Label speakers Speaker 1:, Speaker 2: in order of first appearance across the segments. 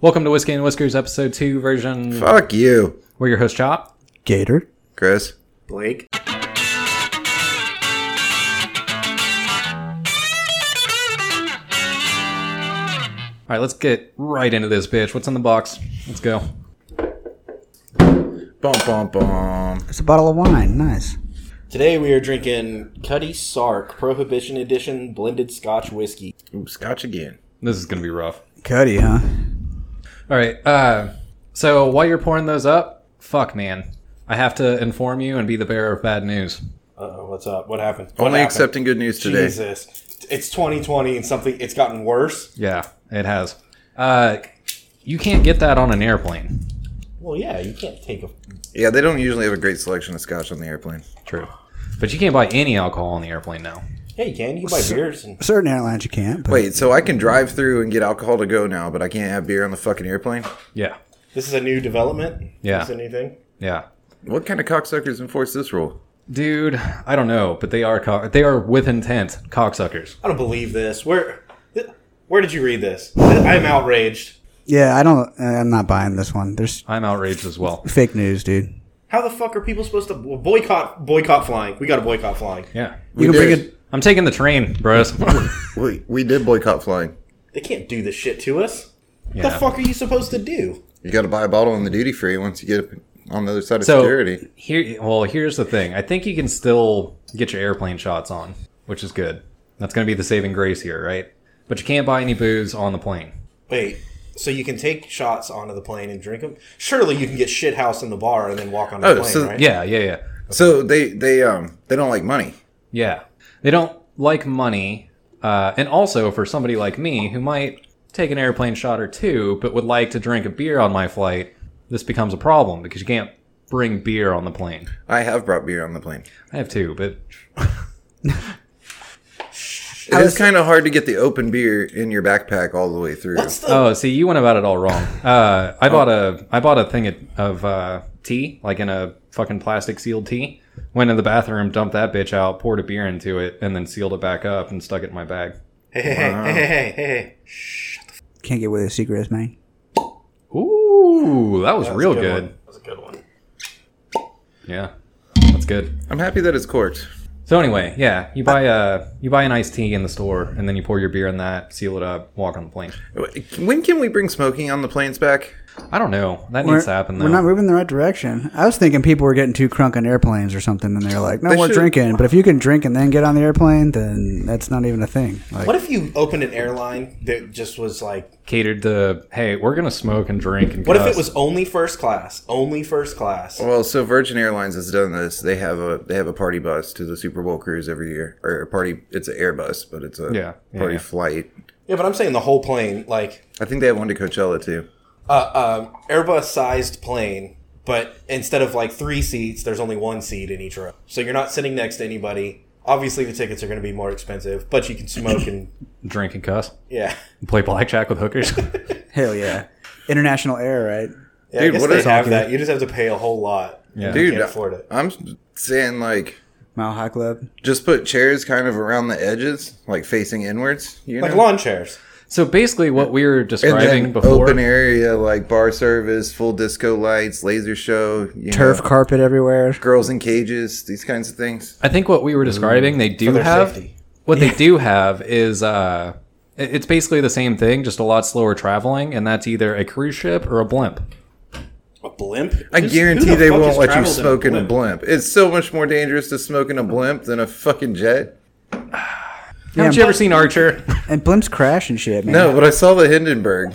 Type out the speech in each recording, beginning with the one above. Speaker 1: Welcome to Whiskey and Whiskers, episode two version.
Speaker 2: Fuck you,
Speaker 1: We're your host, Chop.
Speaker 3: Gator.
Speaker 2: Chris.
Speaker 4: Blake.
Speaker 1: All right, let's get right into this bitch. What's in the box? Let's go.
Speaker 2: Bum bum bum.
Speaker 3: It's a bottle of wine. Nice.
Speaker 4: Today we are drinking Cuddy Sark Prohibition Edition Blended Scotch Whiskey.
Speaker 2: Ooh, scotch again.
Speaker 1: This is gonna be rough.
Speaker 3: Cuddy, huh?
Speaker 1: All right. Uh, so while you're pouring those up, fuck man, I have to inform you and be the bearer of bad news.
Speaker 4: Uh, what's up? What happened? What
Speaker 2: Only
Speaker 4: happened?
Speaker 2: accepting good news today.
Speaker 4: Jesus, it's 2020 and something. It's gotten worse.
Speaker 1: Yeah, it has. Uh, you can't get that on an airplane.
Speaker 4: Well, yeah, you can't take a.
Speaker 2: Yeah, they don't usually have a great selection of scotch on the airplane.
Speaker 1: True, but you can't buy any alcohol on the airplane now.
Speaker 4: Yeah, you can. You can buy beers and
Speaker 3: Certain airlines you can't. But
Speaker 2: Wait, so I can drive through and get alcohol to go now, but I can't have beer on the fucking airplane?
Speaker 1: Yeah,
Speaker 4: This is a new development.
Speaker 1: Yeah.
Speaker 4: Is anything?
Speaker 1: yeah,
Speaker 2: What kind of cocksuckers enforce this rule?
Speaker 1: dude. I don't know, but they are cock- they are with intent cocksuckers.
Speaker 4: I don't believe this. Where, th- where did you read this? I am outraged.
Speaker 3: yeah, I don't. uh, I'm not buying this one. There's
Speaker 1: I'm outraged as well.
Speaker 3: fake news, dude.
Speaker 4: How the fuck are people supposed to boycott boycott flying? We got to boycott flying.
Speaker 1: Yeah,
Speaker 3: You can
Speaker 2: did.
Speaker 3: bring it.
Speaker 1: I'm taking the train, bros.
Speaker 2: We, we did boycott flying.
Speaker 4: They can't do this shit to us. What
Speaker 1: Yeah.
Speaker 4: the fuck are you supposed to do?
Speaker 2: You got to buy a bottle in the duty free once you get up on the other side of
Speaker 1: So
Speaker 2: security.
Speaker 1: here, well, here's the thing. I think you can still get your airplane shots on, which is good. That's going to be the saving grace here, right? But you can't buy any booze on the plane.
Speaker 4: Wait, so you can take shots onto the plane and drink them? Surely you can get shit house in the bar and then walk on the
Speaker 2: Oh,
Speaker 4: plane,
Speaker 2: so-
Speaker 4: right?
Speaker 1: Yeah, yeah, yeah,
Speaker 2: So they they um they don't like money.
Speaker 1: yeah. They don't like money, uh, and also for somebody like me who might take an airplane shot or two, but would like to drink a beer on my flight, this becomes a problem because you can't bring beer on the plane.
Speaker 2: I have brought beer on the plane.
Speaker 1: I have two, but
Speaker 2: It is kind of hard to get the open beer in your backpack all the way through.
Speaker 4: What's the
Speaker 1: Oh, see, you went about it all wrong. Uh,
Speaker 4: Oh.
Speaker 1: I bought a I bought a thing of- of uh, tea, like in a fucking plastic sealed tea. Went in the bathroom, dumped that bitch out, poured a beer into it, and then sealed it back up and stuck it in my bag.
Speaker 4: hey hey hey hey hey hey, hey?
Speaker 3: Can't get away with cigarettes, man.
Speaker 1: Ooh, that was
Speaker 4: That was
Speaker 1: real
Speaker 4: a
Speaker 1: good.
Speaker 4: one. That was a good one.
Speaker 1: Yeah, that's good.
Speaker 2: I'm happy that it's corked.
Speaker 1: So anyway, yeah, you buy a you buy an iced tea in the store, and then you pour your beer in that, seal it up, walk on the plane.
Speaker 2: When can we bring smoking on the planes back?
Speaker 1: I don't know. That needs to happen though.
Speaker 3: we're not moving in the right direction. I was thinking people were getting too crunk on airplanes or something, and they're like, "No
Speaker 2: They
Speaker 3: more
Speaker 2: should-
Speaker 3: drinking." But if you can drink and then get on the airplane, then that's not even a thing. Like,
Speaker 4: What if you opened an airline that just was like?
Speaker 1: Catered to hey, we're gonna smoke and drink and.
Speaker 4: What if
Speaker 1: cuss.
Speaker 4: it was only first class? Only first class.
Speaker 2: Well, so Virgin Airlines has done this. They have a they have a party bus to the Super Bowl cruise every year, or a party. It's an Airbus, but it's a
Speaker 1: Yeah, yeah,
Speaker 2: party
Speaker 1: yeah.
Speaker 2: flight.
Speaker 4: Yeah, but I'm saying the whole plane, like
Speaker 2: I think they have one to Coachella too.
Speaker 4: uh, um, Airbus-sized plane, but instead of like three seats, there's only one seat in each row. So you're not sitting next to anybody. Obviously, the tickets are going to be more expensive, but you can smoke and
Speaker 1: drink and cuss?
Speaker 4: yeah.
Speaker 1: Play blackjack with hookers.
Speaker 3: hell yeah, international air, right?
Speaker 4: Yeah,
Speaker 2: Dude,
Speaker 4: I guess
Speaker 2: what
Speaker 4: they
Speaker 2: is
Speaker 4: have
Speaker 2: hockey?
Speaker 4: that. You just have to pay a whole lot.
Speaker 1: Yeah.
Speaker 4: You
Speaker 2: Dude,
Speaker 4: can't afford it.
Speaker 2: I'm saying like
Speaker 3: Mile High Club.
Speaker 2: just put chairs kind of around the edges, like facing inwards. You know,
Speaker 4: Like lawn chairs.
Speaker 1: So basically, what we were
Speaker 2: and
Speaker 1: describing
Speaker 2: then
Speaker 1: before,
Speaker 2: open area like bar service, full disco lights, laser show, you
Speaker 3: Turf
Speaker 2: know,
Speaker 3: carpet everywhere.
Speaker 2: girls in cages, these kinds of things.
Speaker 1: I think what we were
Speaker 2: Mm,
Speaker 1: describing, they do
Speaker 4: their
Speaker 1: have.
Speaker 4: safety.
Speaker 1: What they do have is, uh, it- it's basically the same thing, just a lot slower traveling, and that's either a cruise ship or a blimp.
Speaker 4: A blimp?
Speaker 2: I
Speaker 4: Who's- who
Speaker 2: guarantee
Speaker 4: the
Speaker 2: they
Speaker 4: fuck
Speaker 2: won't
Speaker 4: has
Speaker 2: let you
Speaker 4: traveled
Speaker 2: smoke in a blimp. It's so much more dangerous to smoke in a blimp than a fucking jet.
Speaker 1: Haven't you ever seen Archer?
Speaker 3: And blimps crash and shit, man.
Speaker 2: No, but I saw the Hindenburg.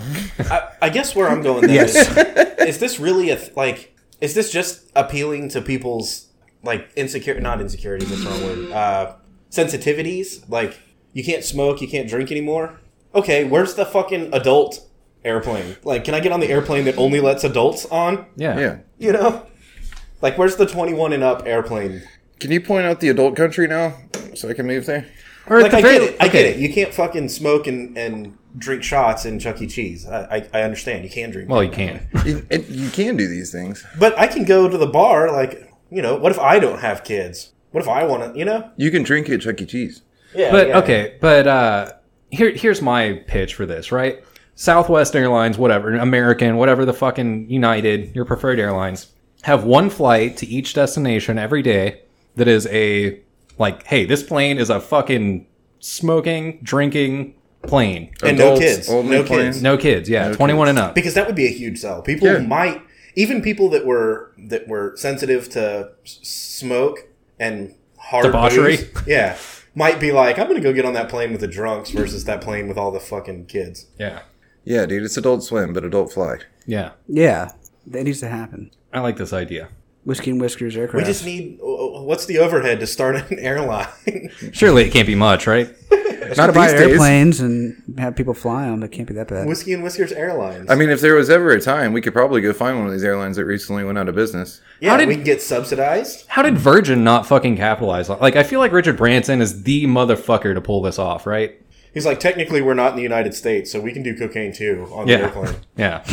Speaker 4: I, I guess where I'm going though is, is this really a th- like? Is this just appealing to people's like insecure? Not insecurities. That's the wrong word. Uh, sensitivities. Like you can't smoke, you can't drink anymore. Okay, where's the fucking adult airplane? Like, can I get on the airplane that only lets adults on?
Speaker 1: Yeah.
Speaker 2: Yeah.
Speaker 4: You know, like where's the 21 and up airplane?
Speaker 2: Can you point out the adult country now so I can move there?
Speaker 1: Or at
Speaker 4: Like
Speaker 1: the
Speaker 4: I
Speaker 1: very-
Speaker 4: get it, I
Speaker 1: okay.
Speaker 4: get it. You can't fucking smoke and and drink shots in Chuck E. Cheese. I I, I understand. You can drink.
Speaker 1: Well, you can.
Speaker 2: You, it, you can do these things.
Speaker 4: But I can go to the bar, like, you know, what if I don't have kids? What if I want to, you know?
Speaker 2: You can drink at Chuck E. Cheese.
Speaker 4: Yeah.
Speaker 1: But okay, but uh, here here's my pitch for this, right? Southwest Airlines, whatever, American, whatever the fucking United, your preferred airlines, have one flight to each destination every day that is a like, hey, this plane is a fucking smoking, drinking plane.
Speaker 4: And no
Speaker 2: Adults
Speaker 4: kids.
Speaker 2: only
Speaker 4: No
Speaker 2: plane.
Speaker 4: kids.
Speaker 1: No kids, yeah,
Speaker 2: No
Speaker 1: 21
Speaker 2: kids.
Speaker 1: and up.
Speaker 4: because that would be a huge sell. People
Speaker 2: Yeah.
Speaker 4: might even people that were that were sensitive to s- smoke and hard
Speaker 1: Debauchery?
Speaker 4: booze, yeah, might be like, I'm gonna go get on that plane with the drunks versus that plane with all the fucking kids.
Speaker 1: Yeah.
Speaker 2: Yeah, dude, it's adult swim, but adult fly.
Speaker 1: Yeah.
Speaker 3: Yeah, that needs to happen.
Speaker 1: I like this idea.
Speaker 3: Whiskey and whiskers
Speaker 4: We
Speaker 3: aircraft.
Speaker 4: just need oh, what's the overhead to start an airline?
Speaker 1: Surely it can't be much, right?
Speaker 3: Not to
Speaker 2: what
Speaker 3: buy
Speaker 2: these days-
Speaker 3: airplanes and have people fly on them. It can't be that bad.
Speaker 4: Whiskey and Whiskers Airlines.
Speaker 2: I mean, if there was ever a time, we could probably go find one of these airlines that recently went out of business.
Speaker 4: yeah,
Speaker 1: how did-
Speaker 4: we can get subsidized.
Speaker 1: How did Virgin not fucking capitalize on? Like, I feel like Richard Branson is the motherfucker to pull this off, right?
Speaker 4: He's like, technically, we're not in the United States, so we can do cocaine too on the
Speaker 1: Yeah,
Speaker 4: airplane.
Speaker 1: yeah.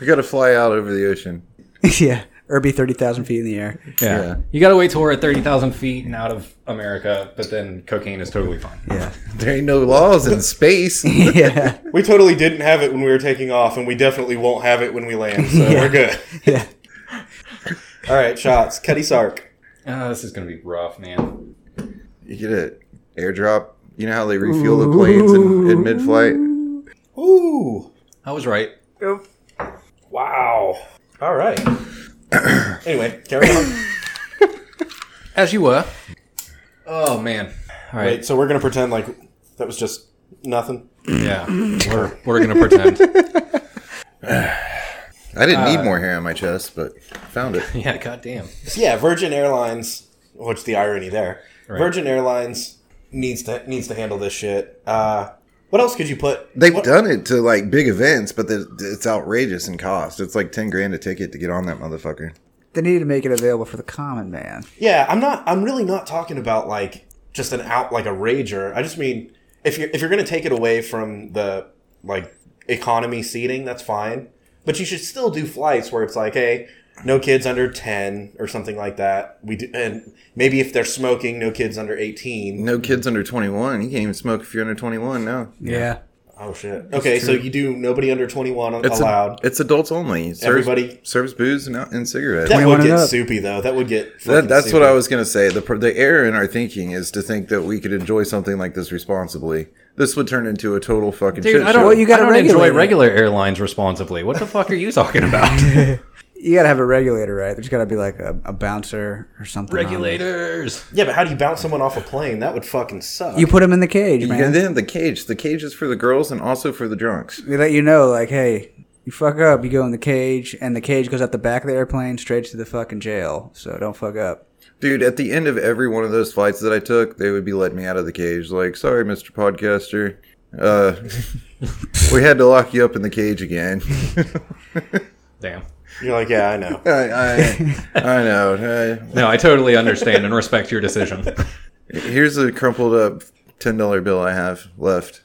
Speaker 2: We got to fly out over the ocean.
Speaker 3: yeah, or be thirty thousand feet in the air.
Speaker 1: Yeah.
Speaker 2: Yeah.
Speaker 1: You got to wait till we're at 30,000 feet and out of America, but then cocaine is totally fine.
Speaker 3: Yeah,
Speaker 2: There ain't no laws in space.
Speaker 3: yeah,
Speaker 4: We totally didn't have it when we were taking off, and we definitely won't have it when we land. So
Speaker 3: Yeah.
Speaker 4: we're good.
Speaker 3: yeah.
Speaker 4: All right, shots. Cuddy Sark.
Speaker 1: Ah, this is going to be rough, man.
Speaker 2: You get it. Airdrop. You know how they refuel the planes in, in mid flight?
Speaker 4: Ooh.
Speaker 1: I was right.
Speaker 4: Wow. All right. anyway, carry on.
Speaker 1: As you were. Oh, man. All right.
Speaker 4: Wait, so we're gonna pretend like that was just nothing.
Speaker 1: Yeah. We're, we're going to pretend.
Speaker 2: I didn't need more hair on my chest, but found it.
Speaker 1: yeah, goddamn.
Speaker 4: So yeah, Virgin Airlines. What's the irony there? Virgin Airlines needs to needs to handle this shit. Uh, what else could you put?
Speaker 2: They've
Speaker 4: what-
Speaker 2: done it to like big events, but the, it's outrageous in cost. It's like 10 grand a ticket to get on that motherfucker.
Speaker 3: They need to make it available for the common man.
Speaker 4: Yeah, I'm not. I'm really not talking about like just an out like a rager. I just mean if you're if you're gonna take it away from the like economy seating, that's fine. But you should still do flights where it's like, hey, no kids under ten or something like that. We do, and maybe if they're smoking, no kids under eighteen.
Speaker 2: No kids under 21. You can't even smoke if you're under 21 now.
Speaker 3: Yeah,
Speaker 4: Oh shit. Okay, so you do nobody under twenty one
Speaker 2: It's a-
Speaker 4: allowed.
Speaker 2: it's adults only. Serves,
Speaker 4: Everybody-
Speaker 2: serves booze and, and cigarettes.
Speaker 4: that
Speaker 3: 21
Speaker 4: would
Speaker 3: and
Speaker 4: get
Speaker 3: up.
Speaker 4: soupy though. That would get.
Speaker 2: That,
Speaker 4: fucking
Speaker 2: that's what
Speaker 4: soupy.
Speaker 2: I was going to say. The, pr- the error in our thinking is to think that we could enjoy something like this responsibly. This would turn into a total fucking
Speaker 1: Dude,
Speaker 2: shit
Speaker 1: I don't,
Speaker 2: show.
Speaker 3: Well, you gotta
Speaker 1: I don't enjoy
Speaker 3: regulate it.
Speaker 1: regular airlines responsibly. What the fuck are you talking about?
Speaker 3: you gotta have a regulator, right? There's gotta be like a, a bouncer or something. on it.
Speaker 1: Regulators.
Speaker 4: Yeah, but how do you bounce someone off a plane? That would fucking suck.
Speaker 3: You put him in the cage, man.
Speaker 2: And then the cage. The cage is for the girls and also for the drunks.
Speaker 3: They let you know, like, hey, you fuck up, you go in the cage, and the cage goes out the back of the airplane straight to the fucking jail. So don't fuck up.
Speaker 2: Dude, at the end of every one of those flights that I took, they would be letting me out of the cage. Like, sorry, Mr. Podcaster. Uh, we had to lock you up in the cage again.
Speaker 1: Damn.
Speaker 4: You're like, yeah, I know.
Speaker 2: I, I, I know. I-
Speaker 1: No, I totally understand and respect your decision.
Speaker 2: here's a crumpled up $10 bill I have left.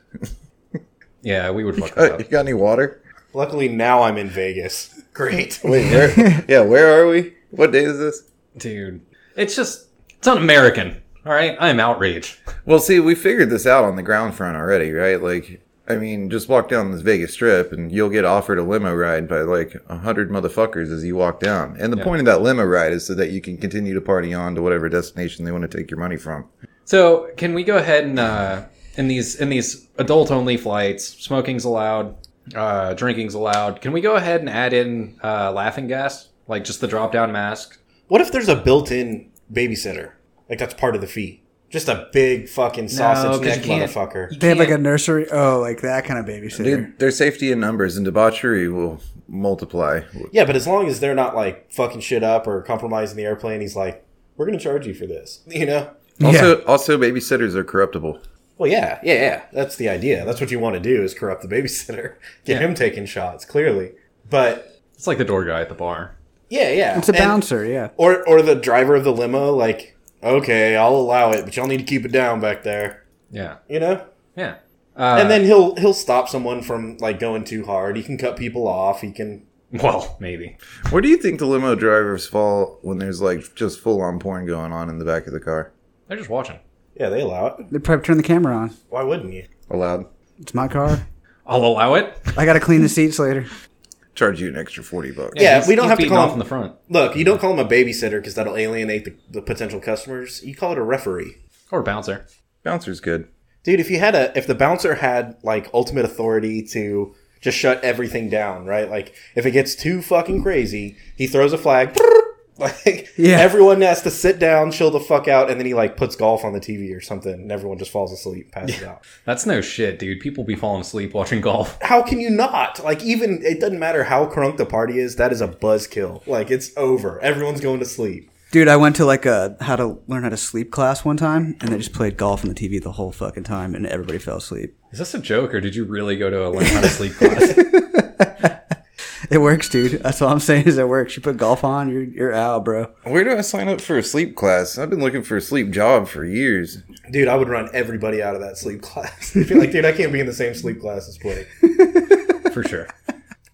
Speaker 1: Yeah, we would fuck that
Speaker 2: Uh,
Speaker 1: up.
Speaker 2: you got any water?
Speaker 4: Luckily, now I'm in Vegas. Great.
Speaker 2: Wait, where, yeah, where are we? What day is this?
Speaker 1: Dude, it's just, it's un-American. All right? I am outraged.
Speaker 2: Well, see, we figured this out on the ground front already, right? Like, I mean, just walk down this Vegas Strip and you'll get offered a limo ride by like a hundred motherfuckers as you walk down. And the point of that limo ride is so that you can continue to party on to whatever destination they want to take your money from.
Speaker 1: So, can we go ahead and uh, in these in these adult only flights, smoking's allowed, uh, drinking's allowed. Can we go ahead and add in uh, laughing gas, like just the drop down mask?
Speaker 4: What if there's a built-in babysitter? Like that's part of the fee. Just a big fucking sausage
Speaker 1: 'cause
Speaker 4: neck
Speaker 1: you can't-
Speaker 4: motherfucker.
Speaker 3: They have like a
Speaker 1: Can't-
Speaker 3: nursery. Oh, like that kind of babysitter.
Speaker 2: Dude, their safety in numbers and debauchery will multiply.
Speaker 4: Yeah, but as long as they're not like fucking shit up or compromising the airplane, he's like, we're gonna charge you for this. You know?
Speaker 2: Also, also babysitters are corruptible.
Speaker 4: Well, yeah, yeah, yeah. That's the idea. That's what you want to do is corrupt the babysitter, get
Speaker 1: Yeah.
Speaker 4: him taking shots. Clearly, but
Speaker 1: It's like the door guy at the bar.
Speaker 4: yeah, yeah.
Speaker 3: it's a
Speaker 4: And-
Speaker 3: bouncer, yeah.
Speaker 4: or or the driver of the limo. Like, okay, I'll allow it, but y'all need to keep it down back there.
Speaker 1: Yeah,
Speaker 4: You know?
Speaker 1: yeah. Uh,
Speaker 4: and then he'll he'll stop someone from like going too hard. He can cut people off. He can.
Speaker 1: well, maybe.
Speaker 2: Where do you think the limo drivers fall when there's like just full on porn going on in the back of the car?
Speaker 1: They're just watching.
Speaker 4: Yeah, they allow it.
Speaker 3: They probably turn the camera on.
Speaker 4: Why wouldn't you?
Speaker 2: Allowed.
Speaker 3: It's my car.
Speaker 1: I'll allow it.
Speaker 3: I gotta clean the seats later.
Speaker 2: Charge you an extra forty bucks.
Speaker 4: Yeah.
Speaker 1: he's-
Speaker 4: we don't
Speaker 1: he's
Speaker 4: have to
Speaker 1: beating
Speaker 4: call
Speaker 1: off
Speaker 4: him-
Speaker 1: in the front
Speaker 4: Look, you don't call him a babysitter because that'll alienate the, the potential customers. You call it a referee,
Speaker 1: or bouncer.
Speaker 2: bouncer's good.
Speaker 4: dude. If you had a, if the bouncer had like ultimate authority to just shut everything down, right? Like if it gets too fucking crazy, he throws a flag. Like
Speaker 3: Yeah.
Speaker 4: everyone has to sit down, chill the fuck out, and then he like puts golf on the TV or something, and everyone just falls asleep, passes out.
Speaker 1: That's no shit, dude. People be falling asleep watching golf.
Speaker 4: How can you not? Like even it doesn't matter how crunk the party is, that is a buzzkill. Like it's over. Everyone's going to sleep.
Speaker 3: Dude, I went to like a how to learn how to sleep class one time, and they just played golf on the TV the whole fucking time, and everybody fell asleep.
Speaker 1: Is this a joke, or did you really go to a learn how to sleep class?
Speaker 3: It works, dude. That's all I'm saying is it works. You put golf on, you're you're out, bro.
Speaker 2: Where do I sign up for a sleep class? I've been looking for a sleep job for years.
Speaker 4: Dude, I would run everybody out of that sleep class. I'd be like, dude, I can't be in the same sleep class as Blake.
Speaker 1: For sure.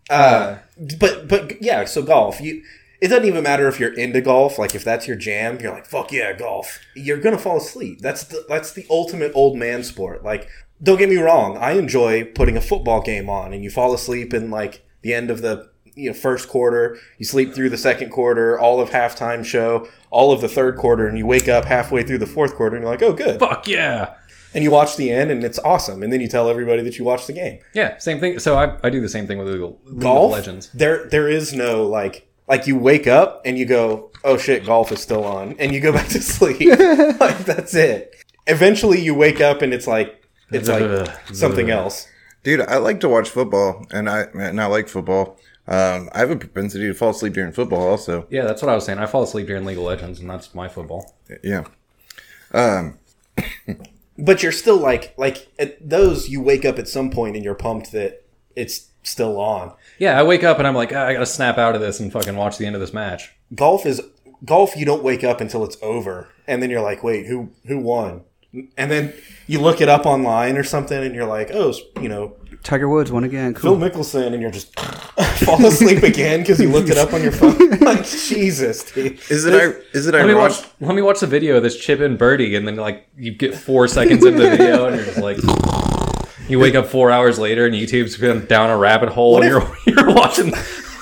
Speaker 4: Uh, but but yeah, so golf. You it doesn't even matter if you're into golf. Like if that's your jam, you're like, fuck yeah, golf. You're gonna fall asleep. That's the that's the ultimate old man sport. Like, don't get me wrong, I enjoy putting a football game on and you fall asleep in like the end of the you know first quarter. You sleep through the second quarter, all of halftime show, all of the third quarter, and you wake up halfway through the fourth quarter and you're like, oh good.
Speaker 1: Fuck yeah.
Speaker 4: and you watch the end and it's awesome and then you tell everybody that you watched the game
Speaker 1: Yeah, same thing. So I, I do the same thing with League of- League of
Speaker 4: golf
Speaker 1: Legends.
Speaker 4: there there is no like like you wake up and you go oh shit golf is still on and you go back to sleep like that's it eventually you wake up and it's like it's like something else
Speaker 2: Dude, I like to watch football, and I and I like football. Um, I have a propensity to fall asleep during football, also.
Speaker 1: Yeah, that's what I was saying. I fall asleep during League of Legends, and that's my football.
Speaker 2: Yeah,
Speaker 4: but you're still like like at those you wake up at some point and you're pumped that it's still on
Speaker 1: Yeah, I wake up and I'm like, "Ah, I gotta snap out of this and fucking watch the end of this match.
Speaker 4: golf is golf you don't wake up until it's over and then you're like wait who who won and then you look it up online or something and you're like oh you know
Speaker 3: Tiger Woods won again.
Speaker 4: Phil
Speaker 3: Cool.
Speaker 4: Mickelson and you're just fall asleep again because you looked it up on your phone like Jesus dude.
Speaker 2: is it ir- is it
Speaker 1: Let me
Speaker 2: ironic?
Speaker 1: watch. Let me watch the video of this chip and birdie, and then like you get four seconds into the video, and you're just like, you wake up four hours later, and YouTube's been down a rabbit hole, and you're you're watching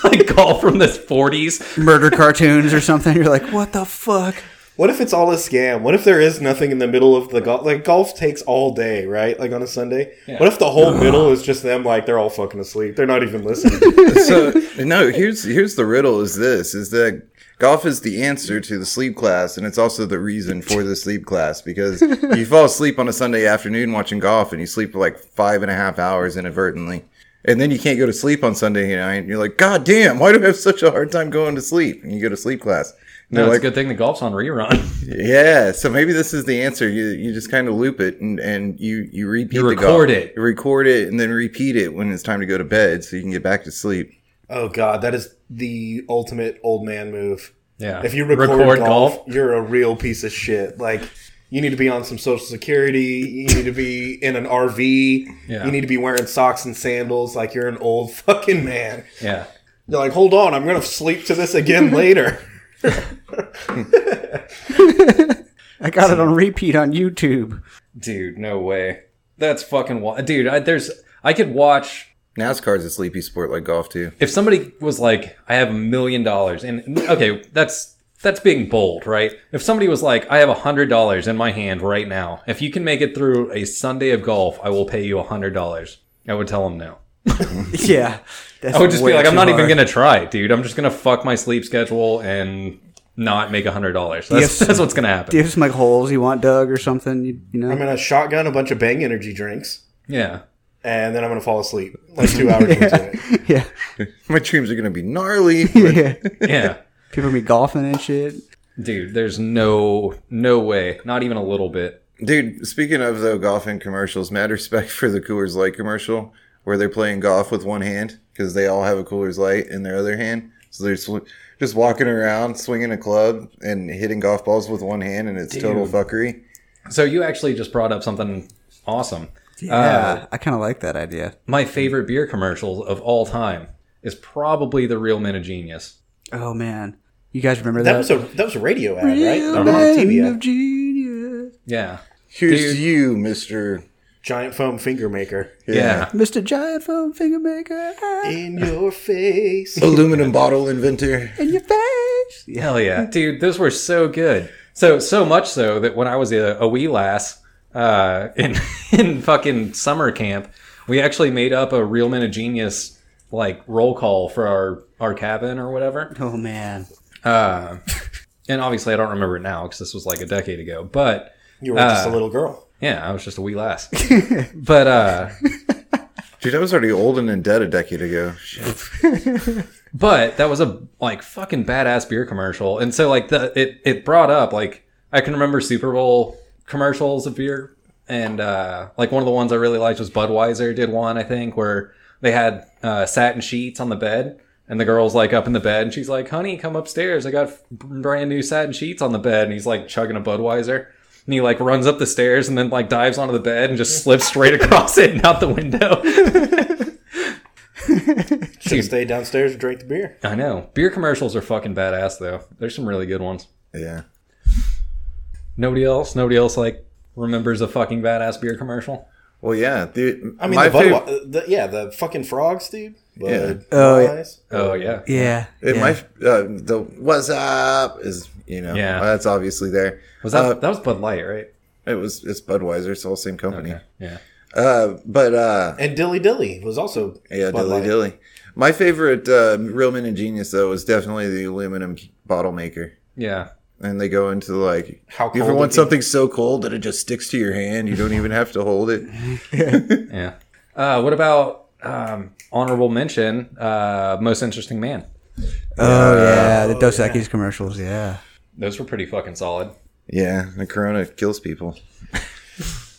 Speaker 1: like golf from the 40s.
Speaker 3: Murder cartoons or something. You're like, what the fuck?
Speaker 4: what if it's all a scam what if there is nothing in the middle of the golf like golf takes all day right like on a Sunday what if the whole middle is just them like they're all fucking asleep they're not even listening
Speaker 2: so no here's here's the riddle is this is that golf is the answer to the sleep class and it's also the reason for the sleep class because you fall asleep on a sunday afternoon watching golf and you sleep for like five and a half hours inadvertently and then you can't go to sleep on sunday night and you're like god damn why do i have such a hard time going to sleep and you go to sleep class and
Speaker 1: No,
Speaker 2: they're
Speaker 1: it's
Speaker 2: like
Speaker 1: a good thing the golf's on rerun.
Speaker 2: yeah so maybe this is the answer you you just kind of loop it and and you you repeat
Speaker 1: You
Speaker 2: the golf.
Speaker 1: record it.
Speaker 2: You record it and then repeat it when it's time to go to bed so you can get back to sleep
Speaker 4: oh god that is the ultimate old man move
Speaker 1: Yeah,
Speaker 4: If you record, golf, you're a real piece of shit. Like you need to be on some social security. You need to be in an RV.
Speaker 1: Yeah.
Speaker 4: You need to be wearing socks and sandals. Like you're an old fucking man.
Speaker 1: yeah.
Speaker 4: You're like, hold on, I'm gonna sleep to this again later.
Speaker 3: I got it on repeat on YouTube.
Speaker 1: Dude, no way. That's fucking wild. Dude, I, there's I could watch
Speaker 2: NASCAR's a sleepy sport like golf too.
Speaker 1: if somebody was like, I have a million dollars, and okay, that's that's being bold, right? If somebody was like, I have a hundred dollars in my hand right now, if you can make it through a Sunday of golf, I will pay you a hundred dollars. I would tell them no.
Speaker 3: Yeah. That's
Speaker 1: I would just be
Speaker 3: way
Speaker 1: like, I'm
Speaker 3: too
Speaker 1: not even
Speaker 3: hard.
Speaker 1: gonna try, dude. I'm just gonna fuck my sleep schedule and not make a hundred dollars. That's,
Speaker 3: Yes.
Speaker 1: that's what's gonna happen.
Speaker 3: Do you have some like holes you want dug or something? You, you know.
Speaker 4: I'm gonna shotgun a bunch of Bang Energy drinks,
Speaker 1: Yeah.
Speaker 4: and then I'm gonna fall asleep like two hours into it.
Speaker 3: yeah.
Speaker 2: My dreams are gonna be gnarly. but
Speaker 3: Yeah.
Speaker 1: Yeah.
Speaker 3: People be golfing and shit.
Speaker 1: dude, there's no no way. Not even a little bit.
Speaker 2: Dude, speaking of though golf and commercials, mad respect for the Coors Light commercial where they're playing golf with one hand because they all have a Coors Light in their other hand. So they're sw- just walking around swinging a club and hitting golf balls with one hand, and it's total fuckery.
Speaker 1: So you actually just brought up something awesome.
Speaker 3: Yeah.
Speaker 1: Uh,
Speaker 3: I kind of like that idea.
Speaker 1: My favorite beer commercials of all time is probably the Real Men of Genius.
Speaker 3: Oh man, you guys remember that?
Speaker 4: That was a that was a radio ad, right?
Speaker 3: Real
Speaker 4: That was on
Speaker 3: man
Speaker 4: TV ad.
Speaker 3: of genius.
Speaker 1: Yeah.
Speaker 2: Here's
Speaker 1: Dude.
Speaker 2: to you, Mister
Speaker 4: Giant foam finger maker
Speaker 1: Yeah.
Speaker 3: Mr. Giant Foam Finger Maker ah,
Speaker 4: in your face.
Speaker 2: Aluminum bottle inventor.
Speaker 3: in your face. Yeah.
Speaker 1: Hell yeah, dude! Those were so good. So so much so that when I was a, a wee lass uh, in in fucking summer camp, we actually made up a real men of genius like roll call for our our cabin or whatever.
Speaker 3: Oh man.
Speaker 1: Uh, and obviously, I don't remember it now because this was like a decade ago. But
Speaker 4: You were just a
Speaker 2: Uh,
Speaker 4: little girl.
Speaker 1: yeah, I was just a wee lass. but uh,
Speaker 2: Dude, I was already old and in debt a decade ago.
Speaker 1: but that was a like fucking badass beer commercial and so like the it it brought up like i can remember super bowl commercials of beer and uh like one of the ones i really liked was budweiser did one i think where they had uh satin sheets on the bed and the girl's like up in the bed and she's like honey come upstairs i got f- brand new satin sheets on the bed and he's like chugging a budweiser and he like runs up the stairs and then like dives onto the bed and just slips straight across it and out the window
Speaker 4: Should have stayed downstairs and drank the beer.
Speaker 1: i know beer commercials are fucking badass though there's some really good ones
Speaker 2: Yeah.
Speaker 1: Nobody else. Nobody else like remembers a fucking badass beer commercial.
Speaker 2: Well, yeah, dude.
Speaker 4: I mean,
Speaker 2: my
Speaker 4: the, Budwe-
Speaker 2: fav-
Speaker 4: uh, the yeah, the fucking frogs, dude.
Speaker 2: Yeah.
Speaker 3: Oh, yeah.
Speaker 4: Budweiser.
Speaker 1: Oh yeah,
Speaker 3: Yeah.
Speaker 2: it,
Speaker 3: yeah.
Speaker 2: my uh, the what's up is you know
Speaker 1: Yeah.
Speaker 2: that's obviously there.
Speaker 1: was that
Speaker 2: Uh,
Speaker 1: that was Bud Light, right?
Speaker 2: It was it's Budweiser, it's all the same company.
Speaker 1: Yeah.
Speaker 2: Uh, but uh,
Speaker 4: And Dilly Dilly was also
Speaker 2: yeah,
Speaker 4: Bud
Speaker 2: dilly
Speaker 4: Light.
Speaker 2: dilly. My favorite uh, real men and genius though was definitely the aluminum bottle maker.
Speaker 1: Yeah.
Speaker 2: And they go into like
Speaker 4: How
Speaker 2: you ever
Speaker 4: cold
Speaker 2: want
Speaker 4: it be?
Speaker 2: something so cold that it just sticks to your hand, you don't even have to hold it.
Speaker 1: Yeah. Uh, what about um, honorable mention? Uh, most interesting man.
Speaker 3: Oh yeah. The Dos Equis commercials. Yeah.
Speaker 1: Those were pretty fucking solid.
Speaker 2: Yeah, the corona kills people.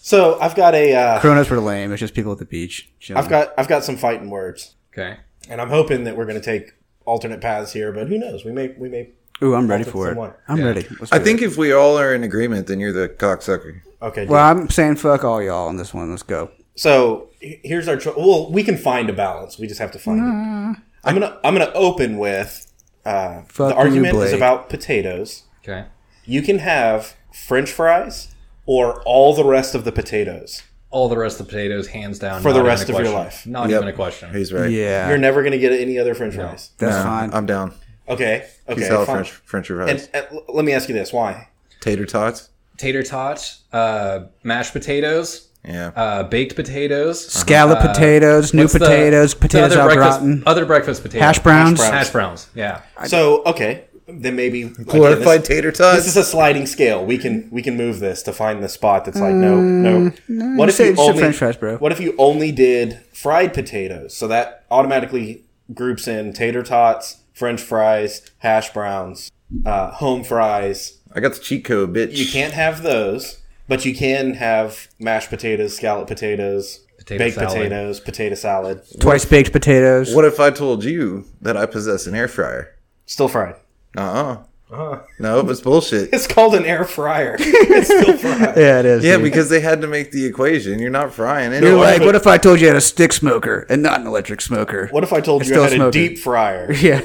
Speaker 4: So I've got a uh,
Speaker 3: Coronas were lame. It's just people at the beach. chilling.
Speaker 4: I've got I've got some fighting words,
Speaker 1: Okay.
Speaker 4: and I'm hoping that we're going to take alternate paths here, but who knows? We may we may.
Speaker 3: Ooh, I'm ready
Speaker 4: I'll
Speaker 3: for
Speaker 4: take
Speaker 3: it.
Speaker 4: someone.
Speaker 3: I'm ready. Let's
Speaker 2: I
Speaker 3: do
Speaker 2: think if we all are in agreement, then you're the cocksucker.
Speaker 4: Okay.
Speaker 3: it. Well, I'm saying fuck all y'all on this one. Let's go.
Speaker 4: So h- here's our tro- well, we can find a balance. We just have to find it. I'm gonna I'm gonna open with uh,
Speaker 3: Mm. Fuck
Speaker 4: the
Speaker 3: you,
Speaker 4: argument is
Speaker 3: Blake.
Speaker 4: about potatoes.
Speaker 1: Okay.
Speaker 4: You can have French fries or all the rest of the potatoes.
Speaker 1: All the rest of the potatoes, hands down,
Speaker 4: For
Speaker 1: not
Speaker 4: the
Speaker 1: even a
Speaker 4: rest of your
Speaker 1: question.
Speaker 4: life.
Speaker 1: Not
Speaker 2: Yep.
Speaker 1: even a question.
Speaker 2: He's right.
Speaker 3: Yeah.
Speaker 4: You're never gonna get any other French fries.
Speaker 3: that's
Speaker 2: No, Uh-huh.
Speaker 3: fine.
Speaker 2: I'm down.
Speaker 4: Okay. Okay.
Speaker 2: He's out
Speaker 4: fine.
Speaker 2: French French fries.
Speaker 4: And, and l- let me ask you this: Why?
Speaker 2: Tater tots.
Speaker 1: Tater tot, uh, mashed potatoes,
Speaker 2: Yeah.
Speaker 1: uh, baked potatoes,
Speaker 3: Scallop potatoes, new
Speaker 1: Uh, What's the-
Speaker 3: potatoes,
Speaker 1: the
Speaker 3: potatoes
Speaker 1: other
Speaker 3: al
Speaker 1: breakfast-
Speaker 3: gratin,
Speaker 1: other breakfast potatoes,
Speaker 3: hash browns.
Speaker 4: browns.
Speaker 1: hash browns. Yeah.
Speaker 4: So okay, then maybe again,
Speaker 2: Glorified
Speaker 4: this,
Speaker 2: tater
Speaker 4: this
Speaker 2: tots.
Speaker 4: is a sliding scale. We can we can move this to find the spot that's like no
Speaker 3: Mm,
Speaker 4: no. What if
Speaker 3: say
Speaker 4: you
Speaker 3: it's just
Speaker 4: only
Speaker 3: french fries, bro.
Speaker 4: What if you only did fried potatoes? So that automatically groups in tater tots, French fries, hash browns, uh, home fries.
Speaker 2: I got the cheat code, bitch.
Speaker 4: You can't have those, but you can have mashed potatoes, scallop potatoes,
Speaker 1: Potato
Speaker 4: baked
Speaker 1: salad.
Speaker 4: potatoes, potato salad,
Speaker 3: twice baked potatoes.
Speaker 2: What if I told you that I possess an air fryer?
Speaker 4: still fried.
Speaker 2: Uh uh
Speaker 4: Uh-huh.
Speaker 2: No, it was bullshit.
Speaker 4: It's called an air fryer. It's still fried.
Speaker 3: Yeah, it is.
Speaker 2: Yeah,
Speaker 3: dude.
Speaker 2: because they had to make the equation. You're not frying
Speaker 3: You're
Speaker 2: anyway.
Speaker 3: like, what if I told you I had a stick smoker and not an electric smoker?
Speaker 4: What if I told
Speaker 3: It's
Speaker 4: you I
Speaker 3: still
Speaker 4: had a
Speaker 3: smoking.
Speaker 4: deep fryer?
Speaker 3: Yeah.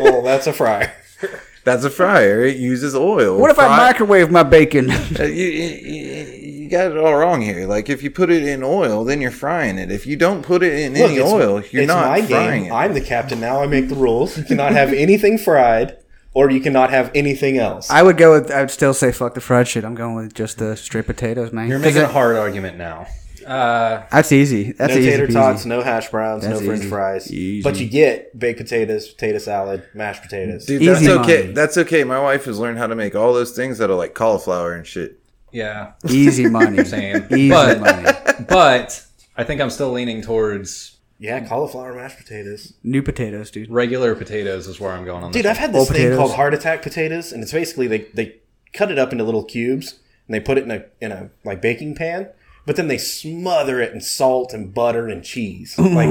Speaker 4: well, that's a fryer.
Speaker 2: That's a fryer. It uses oil.
Speaker 3: what if I
Speaker 2: Fry-
Speaker 3: microwave my bacon?
Speaker 2: Uh, You, you, you got it all wrong here. Like, if you put it in oil, then you're frying it. If you don't put it in any
Speaker 4: it's-
Speaker 2: oil, you're
Speaker 4: it's
Speaker 2: not
Speaker 4: my
Speaker 2: frying
Speaker 4: game.
Speaker 2: it.
Speaker 4: I'm the captain now. I make the rules. You cannot have anything fried, or you cannot have anything else.
Speaker 3: I would go with. I would still say fuck the fried shit. I'm going with just the straight potatoes, man.
Speaker 1: You're making a hard argument now. Uh,
Speaker 3: That's easy. That's
Speaker 4: no
Speaker 3: easy.
Speaker 4: tater
Speaker 3: peasy.
Speaker 4: tots, no hash browns,
Speaker 3: That's
Speaker 4: no French
Speaker 3: easy.
Speaker 4: fries.
Speaker 3: Easy.
Speaker 4: But you get baked potatoes, potato salad, mashed potatoes.
Speaker 2: Dude,
Speaker 3: Easy
Speaker 2: that's okay.
Speaker 3: money.
Speaker 2: That's okay. My wife has learned how to make all those things that are like cauliflower and shit.
Speaker 1: yeah.
Speaker 3: Easy money.
Speaker 1: Same.
Speaker 3: Easy
Speaker 1: But-
Speaker 3: money.
Speaker 1: but I think I'm still leaning towards
Speaker 4: Yeah, cauliflower mashed potatoes.
Speaker 3: New potatoes, dude.
Speaker 1: regular potatoes is where I'm going on this.
Speaker 4: Dude, I've had this
Speaker 3: Whole
Speaker 4: thing
Speaker 3: potatoes.
Speaker 4: called heart attack potatoes, and it's basically they they cut it up into little cubes and they put it in a in a like baking pan, but then they smother it in salt and butter and cheese. Like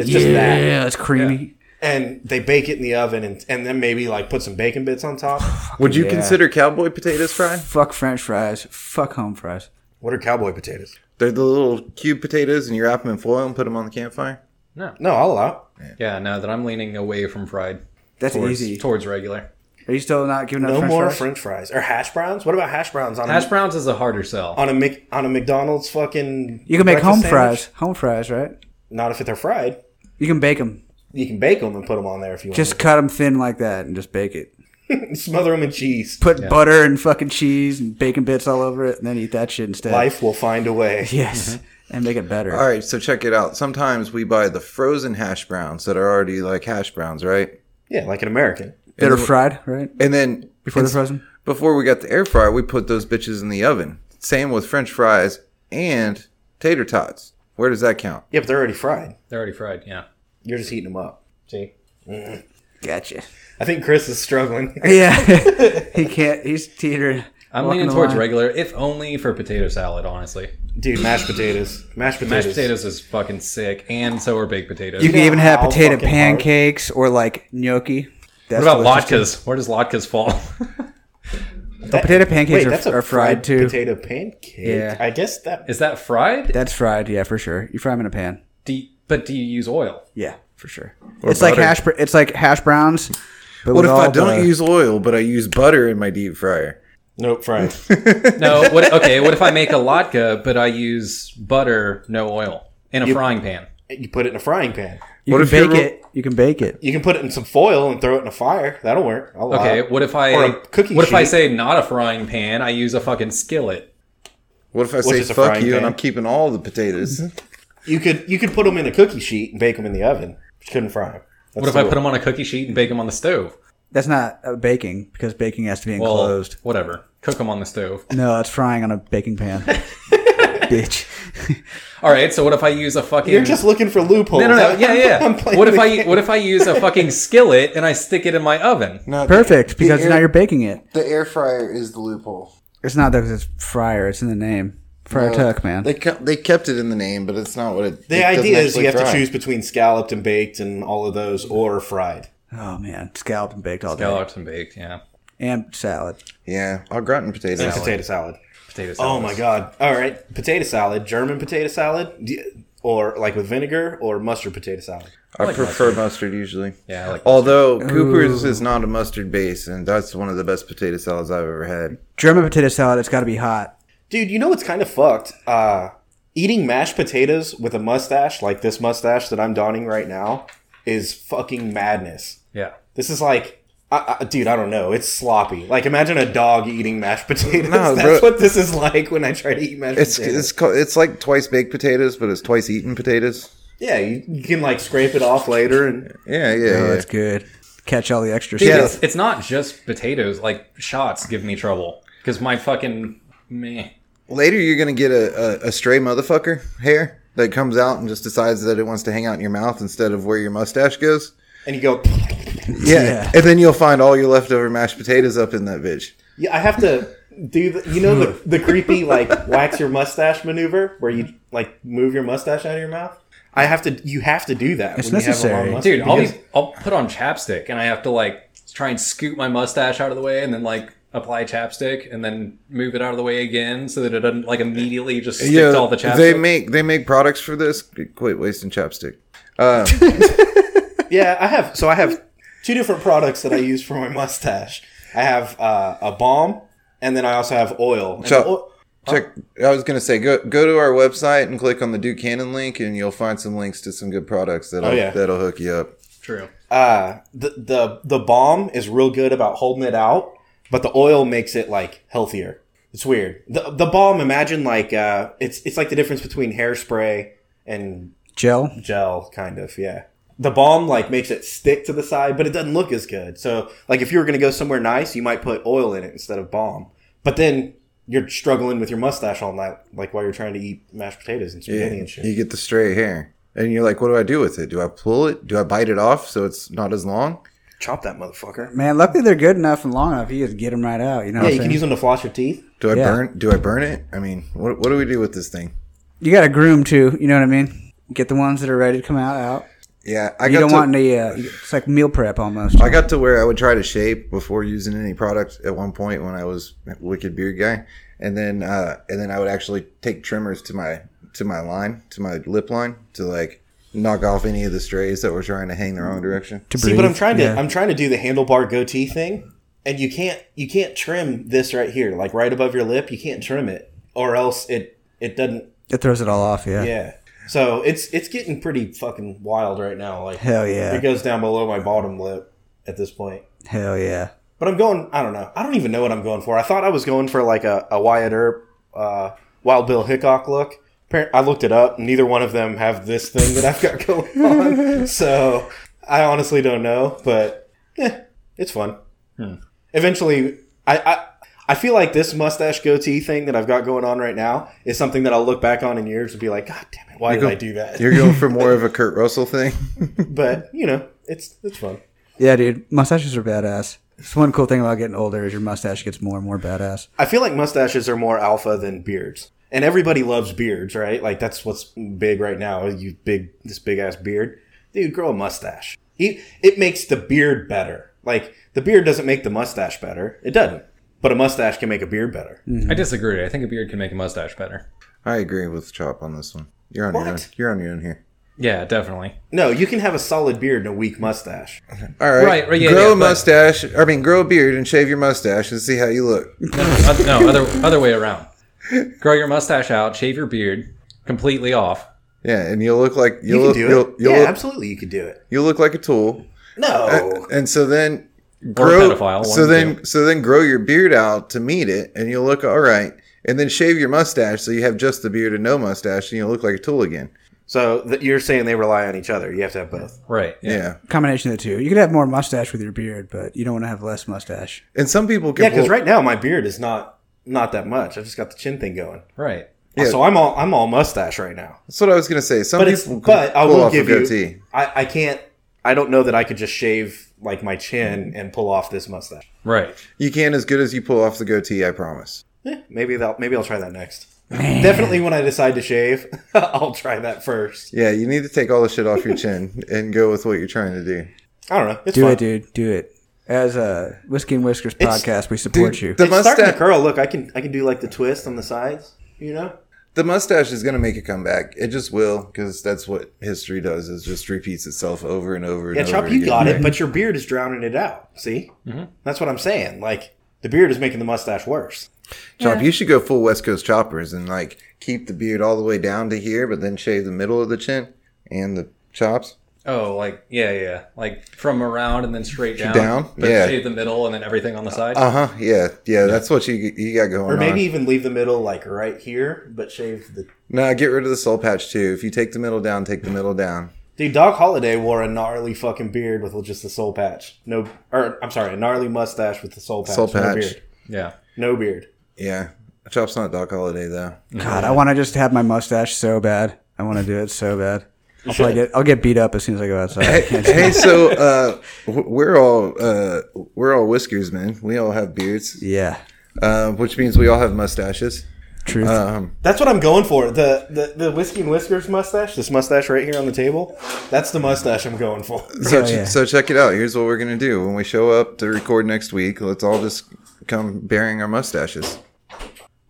Speaker 4: it's just that.
Speaker 3: it's creamy.
Speaker 4: And they bake it in the oven and and then maybe like put some bacon bits on top.
Speaker 2: Would you
Speaker 3: yeah.
Speaker 2: consider cowboy potatoes fried?
Speaker 3: Fuck French fries. Fuck home fries.
Speaker 4: What are cowboy potatoes?
Speaker 2: They're the little cube potatoes, and you wrap them in foil and put them on the campfire.
Speaker 4: No, I'll allow.
Speaker 1: Yeah, no, that I'm leaning away from fried
Speaker 3: That's
Speaker 1: towards,
Speaker 3: easy.
Speaker 1: towards regular.
Speaker 3: Are you still not giving up
Speaker 4: No
Speaker 3: French
Speaker 4: more
Speaker 3: fries?
Speaker 4: French fries or hash browns. What about hash browns on
Speaker 1: Hash
Speaker 4: a
Speaker 1: browns is a harder sell.
Speaker 4: on a Mc, on a McDonald's fucking?
Speaker 3: You can make
Speaker 4: breakfast
Speaker 3: home
Speaker 4: sandwich?
Speaker 3: fries. Home fries, right?
Speaker 4: Not if they're fried.
Speaker 3: You can bake them.
Speaker 4: You can bake them and put them on there if you
Speaker 3: Just cut them thin like that and just bake it.
Speaker 4: want. Smother them in cheese.
Speaker 3: Put butter and fucking cheese and bacon bits all over it, and then eat that shit instead.
Speaker 4: Life Mm-hmm. will find a way.
Speaker 3: Yes, and make it better.
Speaker 2: All right, so check it out. Sometimes we buy the frozen hash browns that are already like hash browns, right?
Speaker 4: Yeah, like an American.
Speaker 3: that are fried, right?
Speaker 2: And then
Speaker 3: Before they're
Speaker 2: ins-
Speaker 3: frozen.
Speaker 2: before we got the air fryer, we put those bitches in the oven. Same with French fries and tater tots. Where does that count?
Speaker 4: Yeah, but they're already fried.
Speaker 1: They're already fried. Yeah.
Speaker 4: You're just heating them up. See,
Speaker 3: Gotcha.
Speaker 4: I think Chris is struggling.
Speaker 3: Yeah, he can't. He's teetering.
Speaker 1: I'm
Speaker 3: walking
Speaker 1: leaning
Speaker 3: the
Speaker 1: towards
Speaker 3: line.
Speaker 1: regular, if only for potato salad. Honestly,
Speaker 4: Dude, mashed potatoes. Mashed potatoes.
Speaker 1: mashed potatoes is fucking sick, and so are baked potatoes.
Speaker 3: You can
Speaker 4: know
Speaker 3: even have
Speaker 4: how
Speaker 3: potato
Speaker 4: fucking
Speaker 3: pancakes or like gnocchi. That's
Speaker 1: what about
Speaker 3: delicious.
Speaker 1: latkes? Where does latkes fall?
Speaker 4: That-
Speaker 3: potato pancakes are- are fried, too.
Speaker 4: Potato pancake.
Speaker 3: Yeah.
Speaker 4: I guess that
Speaker 1: is that fried?
Speaker 3: That's fried, yeah, for sure. You fry them in a pan.
Speaker 1: Do you- but do you use oil?
Speaker 3: Yeah, for sure. it's like
Speaker 2: butter.
Speaker 3: hash. br- It's like hash browns. But
Speaker 2: What
Speaker 3: with
Speaker 2: if I
Speaker 3: all
Speaker 2: don't
Speaker 3: the-
Speaker 2: use oil, but I use butter in my deep fryer?
Speaker 4: nope fried.
Speaker 1: No. What, okay. What if I make a latke, but I use butter, no oil, in a frying pan?
Speaker 4: you put it in a frying pan.
Speaker 3: You
Speaker 2: What
Speaker 3: can
Speaker 2: if you're
Speaker 3: bake
Speaker 2: ro-
Speaker 3: it. You can bake it.
Speaker 4: You can put it in some foil and throw it in a fire. That'll work. I'll allow
Speaker 1: Okay.
Speaker 4: it.
Speaker 1: What if I?
Speaker 4: Or a cookie
Speaker 1: what if I
Speaker 4: sheet.
Speaker 1: say not a frying pan? I use a fucking skillet.
Speaker 2: What if I say
Speaker 4: is a
Speaker 2: fuck
Speaker 4: frying
Speaker 2: you and
Speaker 4: pan.
Speaker 2: I'm keeping all the potatoes?
Speaker 4: You could you could put them in a cookie sheet and bake them in the oven. Just couldn't fry them.
Speaker 1: What if I put them on a cookie sheet and bake them on the stove?
Speaker 3: That's not uh, baking because baking has to be
Speaker 1: Well,
Speaker 3: enclosed.
Speaker 1: whatever. Cook them on the stove.
Speaker 3: no, it's frying on a baking pan. Bitch.
Speaker 1: All right. So what if I use a fucking?
Speaker 4: You're just looking for loopholes.
Speaker 1: no, no, no. Yeah,
Speaker 4: I'm-
Speaker 1: yeah.
Speaker 4: I'm playing
Speaker 1: what if
Speaker 4: the
Speaker 1: I?
Speaker 4: game.
Speaker 1: What if I use a fucking skillet and I stick it in my oven?
Speaker 2: No,
Speaker 3: Perfect because now you're baking it.
Speaker 2: the air fryer is the loophole.
Speaker 3: It's not though 'cause it's fryer. It's in the name. Fryer tuck, man.
Speaker 2: They kept, they kept it in the name, but it's not what it.
Speaker 4: The
Speaker 2: it doesn't
Speaker 4: idea is
Speaker 2: actually
Speaker 4: you have
Speaker 2: fry.
Speaker 4: to choose between scalloped and baked and all of those, or fried.
Speaker 3: oh man, scalloped and baked all day,
Speaker 1: Scallops and baked. Yeah.
Speaker 3: and salad.
Speaker 2: Yeah, I'll gratin potato.
Speaker 4: And potato salad.
Speaker 1: Potato salad.
Speaker 4: Oh my god! All right, potato salad, German potato salad, d- or like with vinegar or mustard potato salad.
Speaker 2: I prefer mustard. usually.
Speaker 1: Yeah, I like
Speaker 2: Although Cooper's is not a mustard base, and that's one of the best potato salads I've ever had.
Speaker 3: German potato salad. It's got to be hot.
Speaker 4: Dude, you know what's kind of fucked? Uh, eating mashed potatoes with a mustache like this mustache that I'm donning right now is fucking madness.
Speaker 1: Yeah.
Speaker 4: This is like, I, I, dude, I don't know. It's sloppy. Like, imagine a dog eating mashed potatoes.
Speaker 2: No,
Speaker 4: That's
Speaker 2: bro.
Speaker 4: what this is like when I try to eat mashed
Speaker 2: It's
Speaker 4: potatoes.
Speaker 2: it's called, it's like twice baked potatoes, but it's twice eaten potatoes.
Speaker 4: yeah, you, you can like scrape it off later and
Speaker 2: Yeah, yeah,
Speaker 3: Oh,
Speaker 2: yeah.
Speaker 3: it's good. Catch all the extra
Speaker 1: Dude,
Speaker 3: stuff.
Speaker 1: it's, it's not just potatoes. Like shots give me trouble because my fucking meh.
Speaker 2: Later, you're gonna get a, a, a stray motherfucker hair that comes out and just decides that it wants to hang out in your mouth instead of where your mustache goes.
Speaker 4: and you go.
Speaker 2: Yeah,
Speaker 3: Yeah.
Speaker 2: and then you'll find all your leftover mashed potatoes up in that bitch.
Speaker 4: Yeah, I have to do the, you know the the creepy like wax your mustache maneuver where you like move your mustache out of your mouth. I have to. You have to do that.
Speaker 3: It's
Speaker 4: you have a long
Speaker 3: necessary.
Speaker 4: mustache.
Speaker 1: Dude, I'll, be,
Speaker 4: Because-
Speaker 1: I'll put on chapstick and I have to like try and scoot my mustache out of the way and then like apply chapstick and then move it out of the way again so that it doesn't like immediately just stick to all the chapstick.
Speaker 2: they make they make products for this. Quit wasting chapstick. Uh,
Speaker 4: yeah, I have. So I have two different products that I use for my mustache. I have uh, a balm, and then I also have oil. And
Speaker 2: So-
Speaker 4: the oil-
Speaker 2: check. I was gonna say go go to our website and click on the Duke Cannon link, and you'll find some links to some good products that'll
Speaker 4: Oh, yeah.
Speaker 2: that'll hook you up.
Speaker 1: True.
Speaker 4: uh, the the the balm is real good about holding it out, but the oil makes it like healthier. It's weird. The the balm, imagine like uh, it's it's like the difference between hairspray and
Speaker 3: Gel.
Speaker 4: gel kind of yeah the balm like makes it stick to the side but it doesn't look as good so like if you were going to go somewhere nice you might put oil in it instead of balm but then you're struggling with your mustache all night like while you're trying to eat mashed potatoes and spaghetti and shit
Speaker 2: You get the stray hair, and you're like, what do I do with it? Do I pull it? Do I bite it off so it's not as long?
Speaker 4: chop that motherfucker
Speaker 3: Man, luckily they're good enough and long enough. You just get them right out. You know.
Speaker 4: yeah
Speaker 3: what
Speaker 4: you
Speaker 3: I'm
Speaker 4: can
Speaker 3: saying?
Speaker 4: use them to floss your teeth
Speaker 2: Do I
Speaker 3: Yeah.
Speaker 2: burn? Do I burn it? I mean, what what do we do with this thing?
Speaker 3: You got to groom too. You know what I mean? Get the ones that are ready to come out out.
Speaker 2: Yeah, I
Speaker 3: You
Speaker 2: got
Speaker 3: don't
Speaker 2: to,
Speaker 3: want any. Uh, it's like meal prep almost.
Speaker 2: I got to where I would try to shape before using any product at one point when I was a wicked beard guy, and then uh, and then I would actually take trimmers to my to my line to my lip line to like knock off any of the strays that were trying to hang the wrong direction.
Speaker 3: to
Speaker 4: see but i'm
Speaker 3: breathe.
Speaker 4: trying to
Speaker 3: Yeah.
Speaker 4: i'm trying to do the handlebar goatee thing and you can't you can't trim this right here, like right above your lip. You can't trim it, or else it it doesn't.
Speaker 3: It throws it all off. Yeah.
Speaker 4: Yeah. So it's it's getting pretty fucking wild right now. Like
Speaker 3: Hell yeah.
Speaker 4: it goes down below my bottom lip at this point.
Speaker 3: Hell yeah.
Speaker 4: But I'm going. I don't know. I don't even know what I'm going for. I thought I was going for like a, a Wyatt Earp, uh, Wild Bill Hickok look. Appar- I looked it up. Neither one of them have this thing that I've got going on. So I honestly don't know. But eh, it's fun.
Speaker 2: Hmm.
Speaker 4: Eventually, I, I I feel like this mustache goatee thing that I've got going on right now is something that I'll look back on in years and be like, God damn it, why did I do that?
Speaker 2: You're going for more of a Kurt Russell thing.
Speaker 4: But you know, it's it's fun.
Speaker 3: Yeah, dude. Mustaches are badass. It's one cool thing about getting older is your mustache gets more and more badass.
Speaker 4: I feel like mustaches are more alpha than beards. And everybody loves beards, right? Like that's what's big right now. You big this big ass beard. Dude, grow a mustache. It, it makes the beard better. Like the beard doesn't make the mustache better. It doesn't. But a mustache can make a beard better.
Speaker 2: Mm-hmm.
Speaker 1: I disagree. I think a beard can make a mustache better.
Speaker 2: I agree with Chop on this one. You're on your own.
Speaker 4: What?
Speaker 2: You're on your own here.
Speaker 1: Yeah, definitely.
Speaker 4: No, you can have a solid beard and a weak mustache.
Speaker 2: All right,
Speaker 1: Right, right, yeah,
Speaker 2: grow
Speaker 1: yeah,
Speaker 2: a
Speaker 1: but-
Speaker 2: mustache. I mean, grow a beard and shave your mustache and see how you look.
Speaker 1: No, oth- no other other way around. Grow your mustache out, shave your beard completely off.
Speaker 2: Yeah, and you'll look like
Speaker 4: You
Speaker 2: you'll look,
Speaker 4: can do
Speaker 2: you'll,
Speaker 4: it.
Speaker 2: you'll, Uh,
Speaker 4: yeah,
Speaker 2: look,
Speaker 4: absolutely, you could do it.
Speaker 2: you'll look like a tool.
Speaker 4: No,
Speaker 2: And so then grow
Speaker 1: pedophile, one
Speaker 2: so
Speaker 1: of the
Speaker 2: then so then grow your beard out to meet it and you'll look all right. And then shave your mustache so you have just the beard and no mustache and you'll look like a tool again.
Speaker 4: so th- you're saying they rely on each other. You have to have both.
Speaker 1: Right.
Speaker 2: Yeah.
Speaker 3: Combination of the two. You could have more mustache with your beard, but you don't want to have less mustache.
Speaker 2: And some people can
Speaker 4: Yeah, because
Speaker 2: pull-
Speaker 4: right now my beard is not not that much. I just got the chin thing going.
Speaker 1: Right.
Speaker 2: Yeah.
Speaker 4: So I'm all I'm all mustache right now.
Speaker 2: that's what I was gonna say. Some
Speaker 4: But it's
Speaker 2: people
Speaker 4: but I
Speaker 2: pull
Speaker 4: will
Speaker 2: off a
Speaker 4: give you
Speaker 2: goatee.
Speaker 4: I, I can't I don't know that I could just shave like my chin and pull off this mustache.
Speaker 1: Right.
Speaker 2: You can as good as you pull off the goatee, I promise.
Speaker 4: Eh, maybe that maybe I'll try that next. Definitely when I decide to shave, I'll try that first.
Speaker 2: Yeah, you need to take all the shit off your chin and go with what you're trying to do.
Speaker 4: I don't know. It's
Speaker 3: Do
Speaker 4: fun.
Speaker 3: it, dude. Do it. As a Whiskey and Whiskers podcast, we support you.
Speaker 2: The
Speaker 4: It's starting to
Speaker 2: mustache
Speaker 4: curl. Look, I can I can do like the twist on the sides. You know.
Speaker 2: the mustache is gonna make a comeback. It just will, because that's what history does, is just repeats itself over and over and
Speaker 4: Yeah,
Speaker 2: over.
Speaker 4: Chop, you
Speaker 2: again.
Speaker 4: got it, but your beard is drowning it out. See,
Speaker 2: Mm-hmm.
Speaker 4: that's what I'm saying. Like the beard is making the mustache worse.
Speaker 2: Chop, you should go full West Coast choppers and like keep the beard all the way down to here, but then shave the middle of the chin and the chops.
Speaker 1: Oh, like yeah, yeah, like from around and then straight down.
Speaker 2: Down?
Speaker 1: But
Speaker 2: Yeah.
Speaker 1: shave the middle and then everything on the side.
Speaker 2: Uh huh. Yeah, yeah. That's what you you got going
Speaker 4: Or maybe
Speaker 2: on.
Speaker 4: even leave the middle like right here, but shave the.
Speaker 2: Nah, get rid of the soul patch too. If you take the middle down, take the middle down.
Speaker 4: Dude, Doc Holiday wore a gnarly fucking beard with just the soul patch. No, or I'm sorry, a gnarly mustache with the soul patch.
Speaker 2: Soul
Speaker 4: No
Speaker 2: patch.
Speaker 4: beard.
Speaker 1: yeah.
Speaker 4: No beard.
Speaker 2: Yeah, Chop's not Doc Holiday though.
Speaker 3: God, I want to just have my mustache so bad. I want to do it so bad. I'll, probably get, I'll get beat up as soon as I go outside. I can't
Speaker 2: hey, so uh, w- we're all uh, we're all whiskers, man. We all have beards,
Speaker 3: Yeah.
Speaker 2: uh, which means we all have mustaches.
Speaker 3: Truth.
Speaker 2: Um,
Speaker 4: That's what I'm going for. The, the the whiskey and whiskers mustache. This mustache right here on the table. That's the mustache I'm going for.
Speaker 2: So,
Speaker 3: Oh,
Speaker 2: ch-
Speaker 3: yeah.
Speaker 2: so check it out. Here's what we're gonna do when we show up to record next week. Let's all just come bearing our mustaches.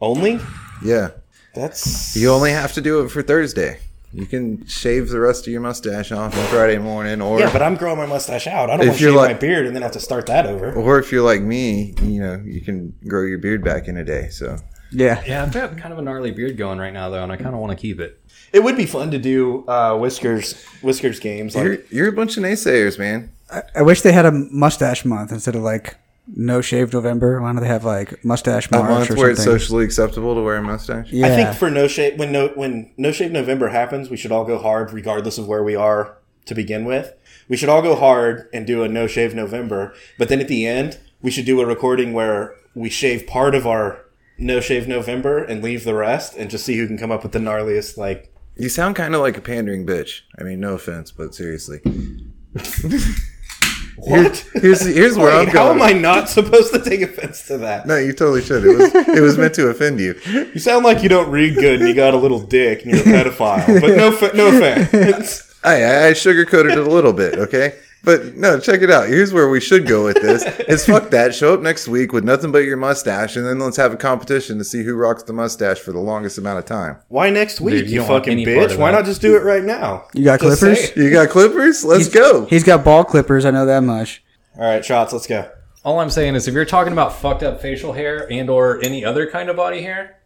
Speaker 4: Only.
Speaker 2: Yeah,
Speaker 4: That's
Speaker 2: you only have to do it for Thursday. You can shave the rest of your mustache off on Friday morning, or
Speaker 4: Yeah, but I'm growing my mustache out. I don't
Speaker 2: If
Speaker 4: want to
Speaker 2: you're
Speaker 4: shave
Speaker 2: like-
Speaker 4: my beard and then have to start that over.
Speaker 2: or if you're like me, you know you can grow your beard back in a day. So
Speaker 3: yeah.
Speaker 1: Yeah, I've got kind of a gnarly beard going right now though, and I kind of want to keep it.
Speaker 4: It would be fun to do uh, whiskers whiskers games. Like,
Speaker 2: you're you're a bunch of naysayers, man.
Speaker 3: I, I wish they had a mustache month instead of like no shave November. Why don't they have like mustache
Speaker 2: A
Speaker 3: March
Speaker 2: month
Speaker 3: or
Speaker 2: where it's
Speaker 3: something?
Speaker 2: socially acceptable to wear a mustache.
Speaker 3: yeah.
Speaker 4: I think for no shave when no when no shave November happens, we should all go hard regardless of where we are to begin with. We should all go hard and do a no shave November, but then at the end, we should do a recording where we shave part of our no shave November and leave the rest and just see who can come up with the gnarliest like
Speaker 2: You sound kind of like a pandering bitch. I mean, no offense, but seriously.
Speaker 4: what?
Speaker 2: Here's here's where
Speaker 4: Wait,
Speaker 2: I'm
Speaker 4: how
Speaker 2: going.
Speaker 4: am I not supposed to take offense to that?
Speaker 2: No, you totally should. It was it was meant to offend you.
Speaker 4: You sound like you don't read good and you got a little dick and you're a pedophile. But no, fa- no offense.
Speaker 2: I, I, I sugarcoated it a little bit, okay? But no, check it out. Here's where we should go with this. It's fuck that. Show up next week with nothing but your mustache, and then let's have a competition to see who rocks the mustache for the longest amount of time.
Speaker 4: Why next week,
Speaker 1: Dude, you
Speaker 4: you,
Speaker 1: don't want
Speaker 4: fucking
Speaker 1: any part
Speaker 4: bitch?
Speaker 1: of
Speaker 4: Why
Speaker 1: that.
Speaker 4: not just do it right now?
Speaker 3: You got
Speaker 4: Just
Speaker 3: clippers?
Speaker 4: say it.
Speaker 2: You got clippers? Let's go.
Speaker 3: He's got ball clippers. I know that much.
Speaker 4: All right, shots. Let's go.
Speaker 1: All I'm saying is, if you're talking about fucked up facial hair and or any other kind of body hair,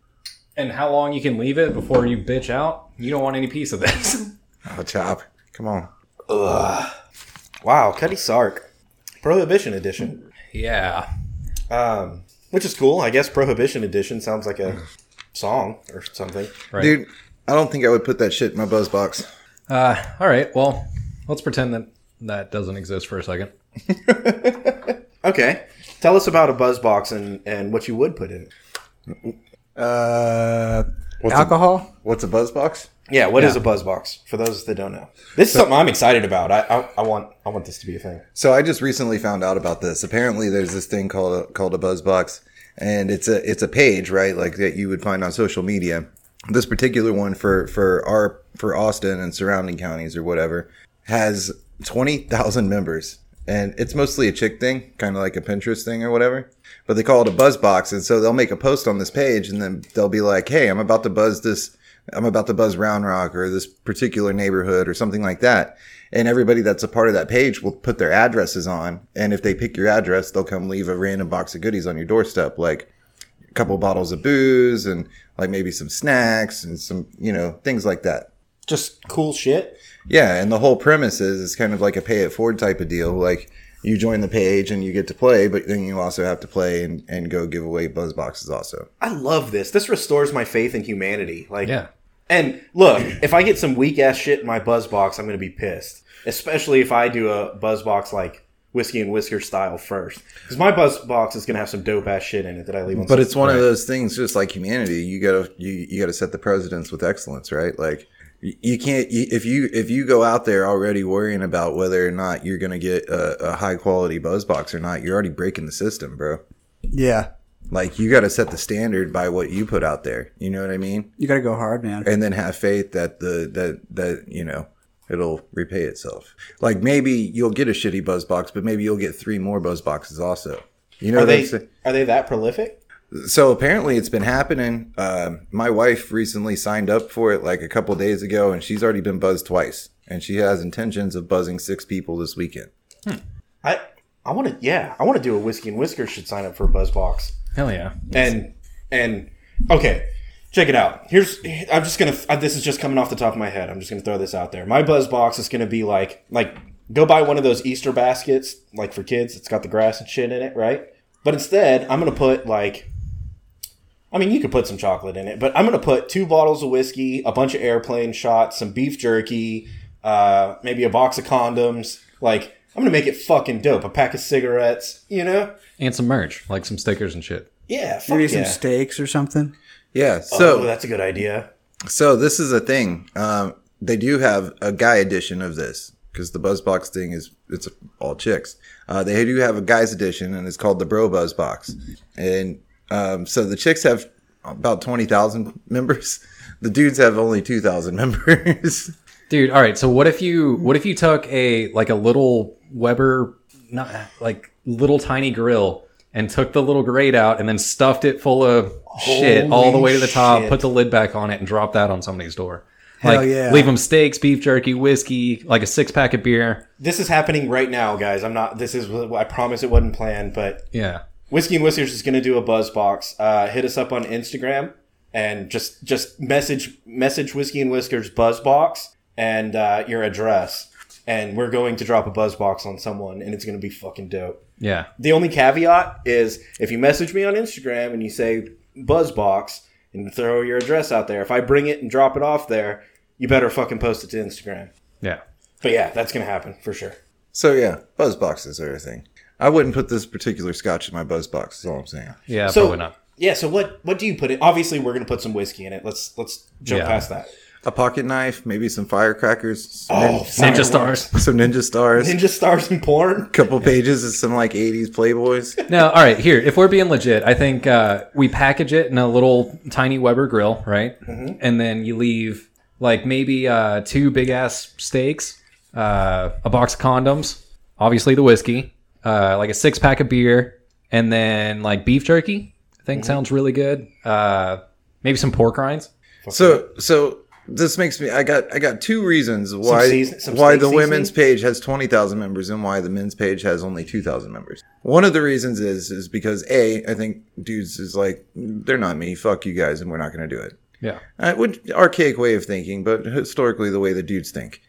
Speaker 1: and how long you can leave it before you bitch out, you don't want any piece of this.
Speaker 2: Oh, chop. Come on.
Speaker 4: Wow, Cuddy Sark, Prohibition Edition,
Speaker 1: yeah,
Speaker 4: um, which is cool. I guess Prohibition Edition sounds like a song or something.
Speaker 1: right.
Speaker 2: Dude, I don't think I would put that shit in my buzz box.
Speaker 1: Uh, all right. Well, let's pretend that that doesn't exist for a second.
Speaker 4: Okay, tell us about a buzz box and and what you would put in. it.
Speaker 3: Uh,
Speaker 2: What's
Speaker 3: alcohol.
Speaker 2: A, what's a buzz box?
Speaker 4: Yeah, what is a buzz box for those that don't know? This is something I'm excited about. I, I I want I want this to be a thing.
Speaker 2: So I just recently found out about this. Apparently, there's this thing called a, called a buzz box, and it's a it's a page, right? Like that you would find on social media. This particular one for for our for Austin and surrounding counties or whatever has twenty thousand members, and it's mostly a chick thing, kind of like a Pinterest thing or whatever. But they call it a buzz box, and so they'll make a post on this page, and then they'll be like, "Hey, I'm about to buzz this." I'm about to buzz Round Rock or this particular neighborhood or something like that. And everybody that's a part of that page will put their addresses on. And if they pick your address, they'll come leave a random box of goodies on your doorstep, like a couple bottles of booze and like maybe some snacks and some, you know, things like that.
Speaker 4: Just cool shit.
Speaker 2: Yeah. And the whole premise is it's kind of like a pay it forward type of deal. Like you join the page and you get to play, but then you also have to play and, and go give away buzz boxes also.
Speaker 4: I love this. This restores my faith in humanity. Like
Speaker 1: Yeah.
Speaker 4: And look, if I get some weak ass shit in my buzz box, I'm gonna be pissed. Especially if I do a buzz box like whiskey and whisker style first, because my buzz box is gonna have some dope ass shit in it that I leave. on
Speaker 2: But it's one of those things, just like humanity. You gotta you, you gotta set the precedence with excellence, right? Like you, you can't you, if you if you go out there already worrying about whether or not you're gonna get a, a high quality buzz box or not, you're already breaking the system, bro.
Speaker 3: Yeah,
Speaker 2: Like you gotta set the standard by what you put out there. You know what I mean?
Speaker 3: you gotta go hard, man.
Speaker 2: and then have faith that the that that you know it'll repay itself. Like maybe you'll get a shitty buzz box, but maybe you'll get three more buzz boxes also. You know
Speaker 4: Are
Speaker 2: what I'm
Speaker 4: they
Speaker 2: saying?
Speaker 4: are they that prolific?
Speaker 2: So apparently it's been happening. Um, my wife recently signed up for it like a couple days ago, and she's already been buzzed twice, and she has intentions of buzzing six people this weekend.
Speaker 4: I I want to yeah I want to do a whiskey and whisker should sign up for a buzz box.
Speaker 1: Hell yeah.
Speaker 4: and and okay check it out here's i'm just gonna uh, this is just coming off the top of my head i'm just gonna throw this out there my buzz box is gonna be like like go buy one of those easter baskets like for kids it's got the grass and shit in it right but instead i'm gonna put like i mean you could put some chocolate in it but i'm gonna put two bottles of whiskey a bunch of airplane shots some beef jerky uh, maybe a box of condoms like i'm gonna make it fucking dope a pack of cigarettes you know
Speaker 1: And some merch, like some stickers and shit.
Speaker 4: yeah fuck
Speaker 3: Maybe
Speaker 4: yeah.
Speaker 3: some steaks or something.
Speaker 2: Yeah. So
Speaker 4: oh, that's a good idea
Speaker 2: so this is a thing. Um, they do have a guy edition of this because the buzz box thing is it's all chicks. Uh, they do have a guys edition, and it's called the Bro Buzz Box. And um, so the chicks have about twenty thousand members. The dudes have only two thousand members.
Speaker 1: Dude, all right. So what if you what if you took a like a little Weber not like little tiny grill and took the little grate out and then stuffed it full of shit all the way to the top,
Speaker 4: shit.
Speaker 1: put the lid back on it and dropped that on somebody's door.
Speaker 3: Hell
Speaker 1: like
Speaker 3: yeah.
Speaker 1: leave them steaks, beef jerky, whiskey, like a six pack of beer.
Speaker 4: This is happening right now, guys. I'm not. This is. I promise it wasn't planned, but
Speaker 1: Yeah.
Speaker 4: whiskey and whiskers is going to do a buzz box. Uh, hit us up on Instagram and just just message message whiskey and whiskers buzz box and uh, your address, and we're going to drop a buzz box on someone, and it's going to be fucking dope.
Speaker 1: Yeah.
Speaker 4: The only caveat is if you message me on Instagram and you say buzz box and throw your address out there, if I bring it and drop it off there, you better fucking post it to Instagram.
Speaker 1: Yeah.
Speaker 4: But yeah, that's going to happen for sure.
Speaker 2: So yeah, buzz boxes are a thing. I wouldn't put this particular scotch in my buzz box. Is all I'm saying.
Speaker 1: Yeah,
Speaker 4: So-
Speaker 1: probably not.
Speaker 4: Yeah. So what what do you put in? Obviously, we're gonna put some whiskey in it. Let's let's jump
Speaker 1: Yeah.
Speaker 4: past that.
Speaker 2: A pocket knife, maybe some firecrackers, some,
Speaker 4: Oh,
Speaker 1: Ninja
Speaker 4: fireworks.
Speaker 1: stars.
Speaker 2: nin- some ninja stars, a
Speaker 4: ninja stars and porn.
Speaker 2: couple pages of some like '80s playboys.
Speaker 1: No, all right. Here, if we're being legit, I think uh, we package it in a little tiny Weber grill, right? And then you leave like maybe uh, two big ass steaks, uh, a box of condoms, obviously the whiskey, uh, like a six pack of beer, and then like beef jerky. I think sounds really good. Uh, maybe some pork rinds.
Speaker 2: So so this makes me. I got. I got two reasons why
Speaker 4: season- some
Speaker 2: why
Speaker 4: steak
Speaker 2: the
Speaker 4: seasoning?
Speaker 2: women's page has twenty thousand members and why the men's page has only two thousand members. One of the reasons is is because a I think dudes is like they're not me. Fuck you guys, and we're not going to do it.
Speaker 1: Yeah.
Speaker 2: Uh, would archaic way of thinking, but historically the way the dudes think.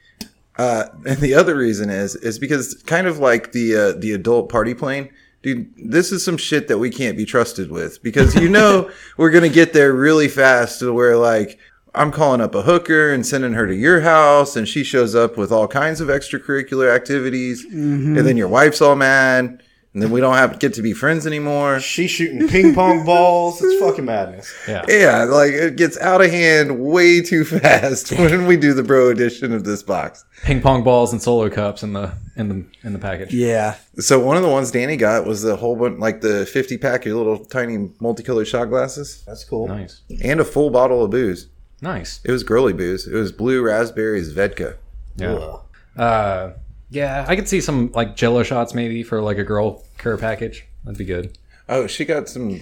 Speaker 2: Uh, and the other reason is is because kind of like the uh, the adult party plane, dude. This is some shit that we can't be trusted with because you know we're gonna get there really fast to where like I'm calling up a hooker and sending her to your house, and she shows up with all kinds of extracurricular activities, and then your wife's all mad, and then we don't have get to be friends anymore.
Speaker 4: She's shooting ping pong balls. It's fucking madness.
Speaker 1: Yeah.
Speaker 2: Yeah, like it gets out of hand way too fast when we do the bro edition of this box.
Speaker 1: Ping pong balls and solo cups in the in the in the package.
Speaker 3: Yeah.
Speaker 2: So one of the ones Danny got was the whole bunch, like the fifty pack of little tiny multicolored shot glasses
Speaker 4: That's cool.
Speaker 1: Nice.
Speaker 2: and a full bottle of booze.
Speaker 1: Nice.
Speaker 2: It was girly booze. It was blue raspberries vodka.
Speaker 1: Yeah.
Speaker 4: Ugh.
Speaker 1: Uh, yeah, I could see some like Jello shots maybe for like a girl care package. That'd be good.
Speaker 2: Oh, she got some.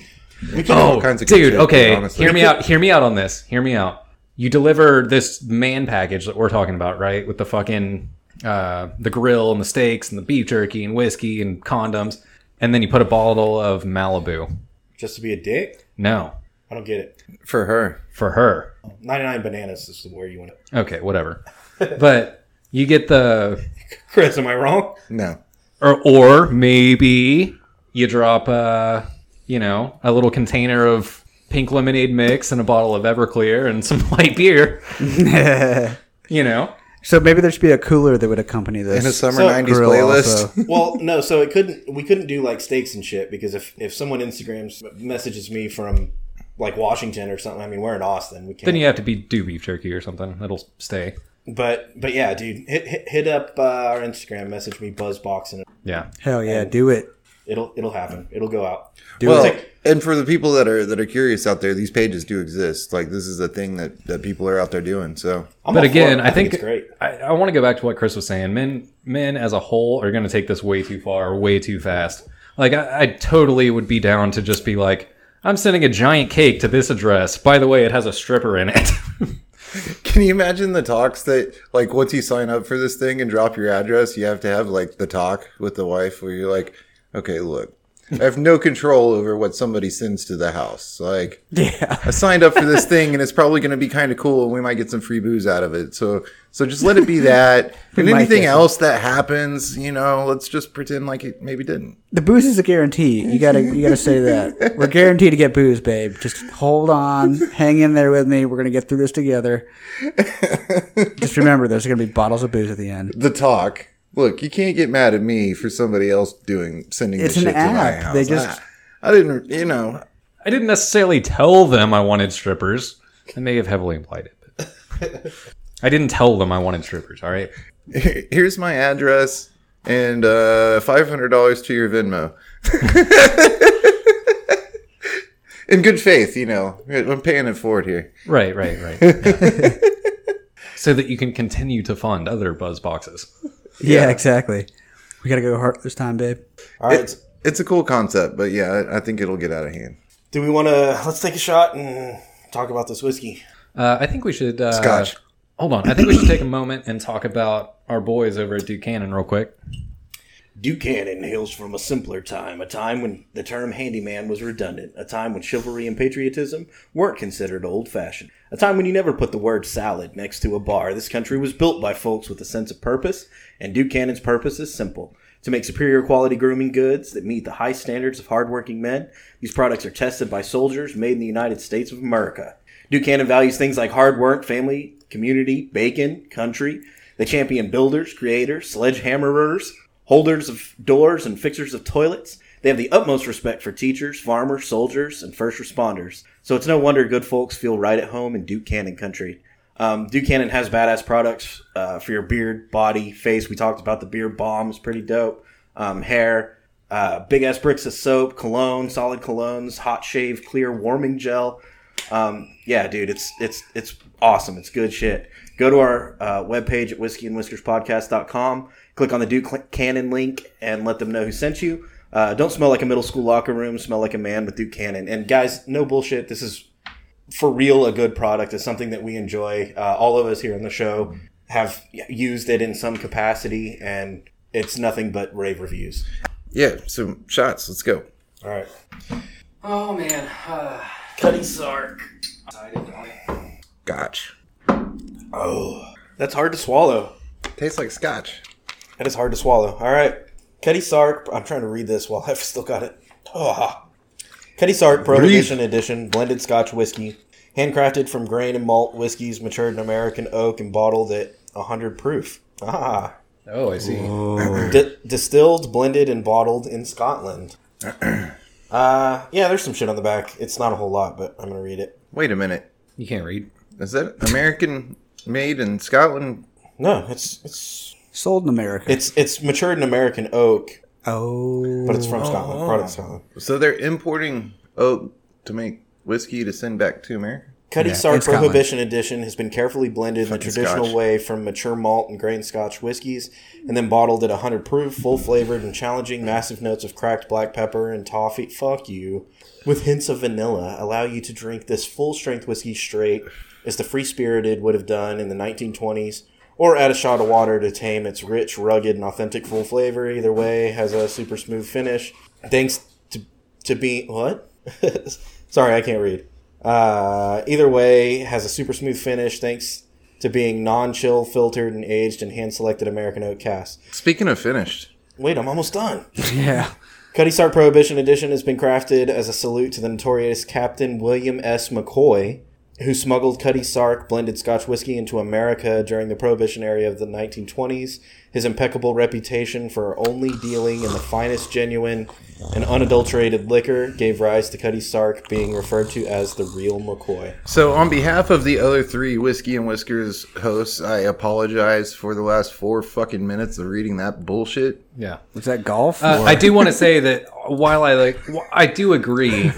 Speaker 1: Oh,
Speaker 2: kinds of good
Speaker 1: dude.
Speaker 2: shit,
Speaker 1: okay,
Speaker 2: honestly.
Speaker 1: hear me out. Hear me out on this. Hear me out. You deliver this man package that we're talking about, right? With the fucking uh, the grill and the steaks and the beef jerky and whiskey and condoms, and then you put a bottle of Malibu.
Speaker 4: Just to be a dick?
Speaker 1: No,
Speaker 4: I don't get it.
Speaker 2: for her.
Speaker 1: for her.
Speaker 4: 99 bananas is where you want it.
Speaker 1: Okay, whatever. But you get the
Speaker 4: Chris, am I wrong?
Speaker 2: No,
Speaker 1: or or maybe you drop uh you know a little container of pink lemonade mix and a bottle of everclear and some light beer you know
Speaker 3: so maybe there should be a cooler that would accompany this.
Speaker 2: in a summer
Speaker 4: So-
Speaker 2: '90s
Speaker 3: grill
Speaker 2: playlist.
Speaker 3: also.
Speaker 4: well, no. So it couldn't. We couldn't do like steaks and shit because if if someone Instagrams messages me from like Washington or something, I mean we're in Austin. We can't.
Speaker 1: then you have to be do beef jerky or something that'll stay
Speaker 4: But but yeah, dude, hit hit, hit up uh, our Instagram, message me Buzzbox, and
Speaker 1: yeah
Speaker 3: Hell yeah, do it.
Speaker 4: it'll it'll happen. It'll go out.
Speaker 2: well,
Speaker 4: it.
Speaker 2: and for the people that are that are curious out there, these pages do exist. Like this is a thing that that people are out there doing. So
Speaker 4: I'm
Speaker 1: but
Speaker 4: all for
Speaker 1: again
Speaker 4: it.
Speaker 1: i think,
Speaker 4: it's great.
Speaker 1: i, I want to go back to what chris was saying men men as a whole are going to take this way too far way too fast like I, I totally would be down to just be like i'm sending a giant cake to this address by the way it has a stripper in it
Speaker 2: Can you imagine the talks that, like, once you sign up for this thing and drop your address, you have to have, like, the talk with the wife where you're like, okay, look, I have no control over what somebody sends to the house. Like,
Speaker 3: Yeah.
Speaker 2: I signed up for this thing and it's probably going to be kind of cool and we might get some free booze out of it. So, so just let it be that. and
Speaker 3: might
Speaker 2: anything
Speaker 3: get some.
Speaker 2: else that happens, you know, let's just pretend like it maybe didn't.
Speaker 3: The booze is a guarantee. You gotta you gotta say that. We're guaranteed to get booze, babe. Just hold on, hang in there with me. We're gonna get through this together. Just remember there's gonna be bottles of booze at the end.
Speaker 2: The talk. Look, you can't get mad at me for somebody else doing sending
Speaker 3: It's
Speaker 2: this
Speaker 3: an
Speaker 2: shit to my
Speaker 3: app.
Speaker 2: house.
Speaker 3: They just-
Speaker 2: I, I didn't, you know,
Speaker 1: I didn't necessarily tell them I wanted strippers. I may have heavily implied it. But I didn't tell them I wanted strippers. All right.
Speaker 2: here's my address and uh, $500 to your Venmo. In good faith, you know, I'm paying it forward here.
Speaker 1: Right. Right. Right. Yeah. so that you can continue to fund other buzz boxes.
Speaker 3: Yeah, exactly. We gotta go hard this time, babe.
Speaker 4: All right.
Speaker 2: It's, it's a cool concept, but yeah, I, I think it'll get out of hand.
Speaker 4: do we want to let's take a shot and talk about this whiskey?
Speaker 1: Uh, I think we should uh,
Speaker 2: Scotch.
Speaker 1: Hold on. I think we should take a moment and talk about our boys over at Buchanan real quick.
Speaker 4: Buchanan hails from a simpler time, a time when the term handyman was redundant, a time when chivalry and patriotism weren't considered old fashioned, a time when you never put the word salad next to a bar. This country was built by folks with a sense of purpose, and Buchanan's purpose is simple to make superior quality grooming goods that meet the high standards of hardworking men. These products are tested by soldiers made in the United States of America. Buchanan values things like hard work, family, community, bacon, country. They champion builders, creators, sledgehammerers, holders of doors, and fixers of toilets. They have the utmost respect for teachers, farmers, soldiers, and first responders. So it's no wonder good folks feel right at home in Duke Cannon country. Um, Duke Cannon has badass products uh, for your beard, body, face. We talked about the beard bombs, pretty dope. Um, hair, uh, big ass bricks of soap, cologne, solid colognes, hot shave, clear warming gel. Um, yeah, dude, it's it's it's awesome. It's good shit. Go to our uh, webpage at whiskeyandwhiskerspodcast.com. Click on the Duke Cl- Cannon link and let them know who sent you. Uh, don't smell like a middle school locker room. Smell like a man with Duke Cannon. And guys, no bullshit. This is for real a good product is something that we enjoy. Uh, all of us here on the show have used it in some capacity, and it's nothing but rave reviews.
Speaker 2: Yeah, so shots. Let's go.
Speaker 4: All right.
Speaker 1: Oh man, Cutty Sark.
Speaker 2: Scotch.
Speaker 4: Oh, that's hard to swallow.
Speaker 2: Tastes like scotch.
Speaker 4: That is hard to swallow. All right. Cutty Sark. I'm trying to read this while I've still got it. Oh. Cutty Sark Prohibition Edition blended Scotch whiskey, handcrafted from grain and malt whiskeys matured in American oak and bottled at 100 proof. Ah,
Speaker 1: Oh, I see.
Speaker 4: D- distilled, blended, and bottled in Scotland. uh, yeah, there's some shit on the back. It's not a whole lot, but I'm gonna read it.
Speaker 2: Wait a minute.
Speaker 1: You can't read.
Speaker 2: Is that American made in Scotland?
Speaker 4: No, it's it's
Speaker 3: Sold in America.
Speaker 4: it's it's matured in American oak,
Speaker 3: oh.
Speaker 4: but it's from Scotland. Product Scotland.
Speaker 2: So they're importing oak to make whiskey to send back to America?
Speaker 4: Cutty
Speaker 3: Yeah,
Speaker 4: Sark
Speaker 3: it's Scotland.
Speaker 4: Prohibition Edition has been carefully blended in the
Speaker 2: Fucking
Speaker 4: traditional
Speaker 2: Scotch.
Speaker 4: way from mature malt and grain Scotch whiskies, and then bottled at 100 proof, full flavored and challenging, massive notes of cracked black pepper and toffee. Fuck you. With hints of vanilla, allow you to drink this full strength whiskey straight, as the free spirited would have done in the 1920s, or add a shot of water to tame its rich, rugged, and authentic full flavor. Either way, has a super smooth finish. Thanks to to be what? Sorry, I can't read. Uh, either way, has a super smooth finish thanks to being non-chill, filtered, and aged in hand-selected American oak casks.
Speaker 2: Speaking of finished,
Speaker 4: Wait, I'm almost done.
Speaker 3: Yeah.
Speaker 4: Cutty Sark Prohibition Edition has been crafted as a salute to the notorious Captain William S. McCoy, who smuggled Cutty Sark blended Scotch whiskey into America during the Prohibition era of the 1920s. His impeccable reputation for only dealing in the finest, genuine, and unadulterated liquor gave rise to Cutty Sark being referred to as the real McCoy.
Speaker 2: so on behalf of the other three Whiskey and Whiskers hosts, I apologize for the last four fucking minutes of reading that bullshit.
Speaker 1: Yeah.
Speaker 3: Was that golf?
Speaker 1: Uh, I do want to say that while I like, wh- I do agree,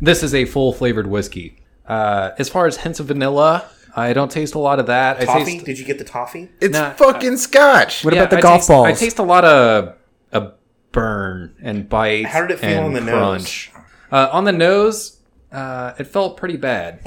Speaker 1: this is a full flavored whiskey. Uh, as far as hints of vanilla, I don't taste a lot of that. I
Speaker 4: Toffee?
Speaker 1: taste
Speaker 4: Did you get the toffee?
Speaker 2: It's
Speaker 1: Nah,
Speaker 2: fucking scotch.
Speaker 3: what
Speaker 1: Yeah,
Speaker 3: about the
Speaker 1: I
Speaker 3: golf
Speaker 1: taste-
Speaker 3: balls?
Speaker 1: I taste a lot of a burn and bite.
Speaker 4: How did it feel
Speaker 1: and
Speaker 4: on the nose?
Speaker 1: crunch. Uh, on the nose, uh, it felt pretty bad.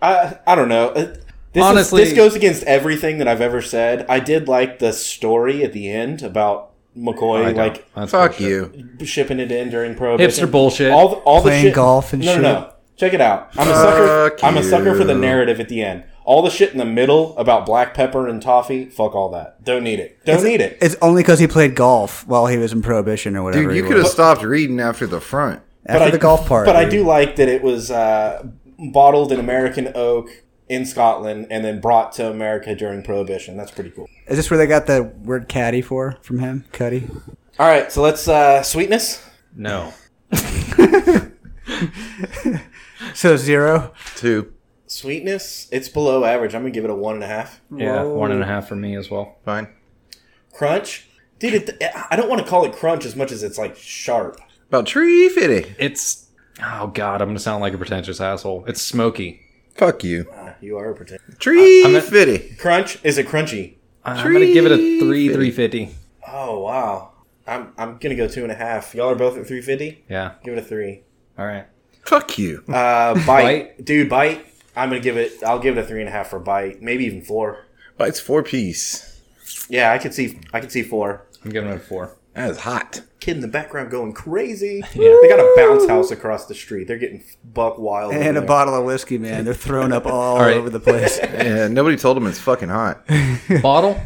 Speaker 4: I I don't know. Uh, This
Speaker 1: Honestly-
Speaker 4: is, this goes against everything that I've ever said. I did like the story at the end about McCoy like
Speaker 1: That's
Speaker 2: Fuck
Speaker 1: bullshit.
Speaker 2: you.
Speaker 4: shipping it in during prohibition.
Speaker 1: Hipster bullshit.
Speaker 4: All the, all
Speaker 3: Playing
Speaker 4: the shit.
Speaker 3: golf and
Speaker 4: no, No, no,
Speaker 3: shit.
Speaker 4: Check it out. I'm a sucker.
Speaker 2: Fuck
Speaker 4: I'm a sucker for the
Speaker 2: you.
Speaker 4: narrative at the end. All the shit in the middle about black pepper and toffee. Fuck all that. Don't need it. Don't need it.
Speaker 3: It's only because he played golf while he was in prohibition or whatever.
Speaker 2: Dude, you
Speaker 3: he
Speaker 2: could have
Speaker 3: was.
Speaker 2: stopped reading after the front.
Speaker 3: after
Speaker 4: I-
Speaker 3: the golf part.
Speaker 4: But I
Speaker 3: dude.
Speaker 4: do like that it was uh, bottled in American oak in Scotland and then brought to America during prohibition. That's pretty cool.
Speaker 3: Is this where they got the word caddy for from him? Cuddy.
Speaker 4: All right, so let's uh, sweetness.
Speaker 1: No.
Speaker 3: So zero.
Speaker 2: Two.
Speaker 4: Sweetness, it's below average. I'm gonna give it a one and a half.
Speaker 1: Yeah,
Speaker 3: Whoa.
Speaker 1: one and a half for me as well.
Speaker 2: Fine.
Speaker 4: Crunch, dude. It, I don't want to call it crunch as much as it's like sharp.
Speaker 2: About tree fitty.
Speaker 1: It's oh god, I'm gonna sound like a pretentious asshole. It's smoky.
Speaker 2: Fuck you.
Speaker 4: Ah, You are a pretend.
Speaker 2: Tree
Speaker 1: I'm a-
Speaker 2: fitty.
Speaker 4: Crunch is it crunchy?
Speaker 1: I'm gonna give it a three,
Speaker 2: 350.
Speaker 1: three fifty.
Speaker 4: Oh wow. I'm I'm gonna go two and a half. Y'all are both at three fifty.
Speaker 1: Yeah.
Speaker 4: Give it a three.
Speaker 1: All right.
Speaker 2: Fuck you.
Speaker 4: Uh, bite. dude. Bite. I'm gonna give it. I'll give it a three and a half for bite. Maybe even four.
Speaker 2: It's four piece.
Speaker 4: Yeah, I could see. I could see four.
Speaker 1: I'm giving it a four.
Speaker 2: That is hot.
Speaker 4: Kid in the background going crazy. They got a bounce house across the street. They're getting buck wild. over
Speaker 3: And a
Speaker 4: there.
Speaker 3: bottle of whiskey, man. They're thrown up all,
Speaker 1: right.
Speaker 3: over the place.
Speaker 2: Yeah, nobody told him it's fucking hot. I
Speaker 1: Bottle?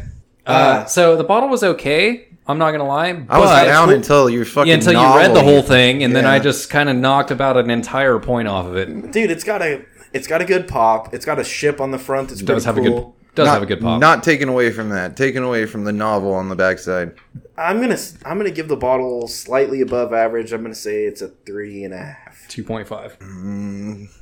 Speaker 1: Uh, so the bottle was okay. I'm not gonna lie. but,
Speaker 2: was down until you fucking
Speaker 1: yeah, until you
Speaker 2: novel.
Speaker 1: read the whole thing, and then I
Speaker 2: Yeah.
Speaker 1: just kind of knocked about an entire point off of it. It
Speaker 4: dude it's got a it's got a good pop it's got a ship on the front that's
Speaker 1: does have
Speaker 4: pretty
Speaker 1: a
Speaker 4: cool.
Speaker 1: good does
Speaker 2: not,
Speaker 1: have a good pop.
Speaker 2: Not taken away from that. Taken away from the novel on the backside.
Speaker 4: i'm gonna s- i'm gonna give the bottle slightly above average i'm gonna say it's a three and a half
Speaker 1: two point five.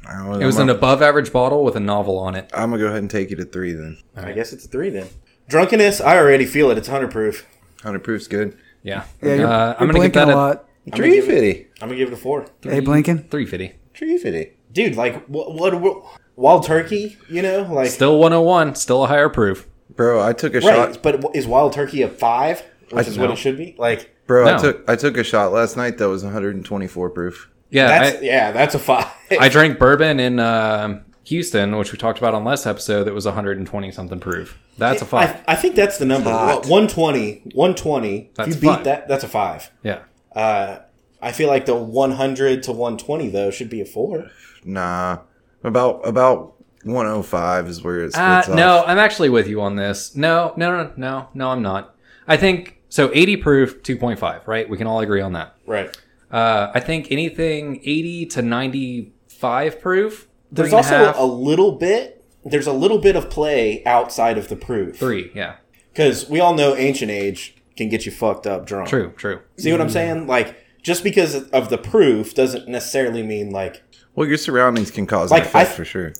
Speaker 2: I don't
Speaker 1: It was
Speaker 2: I'm,
Speaker 1: an
Speaker 2: gonna-
Speaker 1: above average bottle with a novel on it.
Speaker 2: I'm gonna go ahead and take it at three then.
Speaker 4: i guess it's a three then drunkenness i already feel it it's 100 proof
Speaker 2: Hundred proof's good.
Speaker 1: Yeah.
Speaker 3: Yeah,
Speaker 1: uh,
Speaker 3: you're, you're
Speaker 1: I'm gonna give
Speaker 3: blinking
Speaker 1: that
Speaker 3: a
Speaker 1: a
Speaker 3: lot.
Speaker 2: Tree
Speaker 4: give it-
Speaker 2: fitty.
Speaker 4: i'm gonna give it a four
Speaker 3: Hey, Blinken.
Speaker 1: three fifty.
Speaker 2: Tree fitty.
Speaker 4: dude like what, what, wild turkey you know like
Speaker 1: Still one oh one, still a higher proof.
Speaker 2: Bro, I took a
Speaker 4: right
Speaker 2: shot.
Speaker 4: but is wild turkey a five which
Speaker 2: I-
Speaker 4: is what
Speaker 1: no.
Speaker 4: it should be like
Speaker 2: Bro, I
Speaker 1: No.
Speaker 2: took I took a shot last night that was 124 proof.
Speaker 1: Yeah,
Speaker 4: That's
Speaker 1: I-
Speaker 4: yeah, that's a five.
Speaker 1: I drank bourbon in um Houston, which we talked about on last episode. That was 120 something proof. That's a five.
Speaker 4: I, I think that's the number.
Speaker 3: Hot.
Speaker 4: 120. 120.
Speaker 1: That's
Speaker 4: if you beat
Speaker 1: five.
Speaker 4: that, that's a five.
Speaker 1: yeah,
Speaker 4: Uh, I feel like the 100 to 120 though should be a four.
Speaker 2: Nah, about about 105 is where it's.
Speaker 1: Uh, no, I'm actually with you on this. No, no, no, no, no, I'm not. I think so. 80 proof, 2.5. Right? We can all agree on that.
Speaker 4: Right.
Speaker 1: Uh, I think anything 80 to 95 proof.
Speaker 4: There's
Speaker 1: three and
Speaker 4: also
Speaker 1: half,
Speaker 4: a little bit. There's a little bit of play outside of the proof.
Speaker 1: three. Yeah,
Speaker 4: Because we all know ancient age can get you fucked up drunk.
Speaker 1: true, true.
Speaker 4: See what I'm saying? Like just because of the proof doesn't necessarily mean like
Speaker 2: Well, your surroundings can cause
Speaker 4: Like,
Speaker 2: an effect
Speaker 4: I-
Speaker 2: for sure.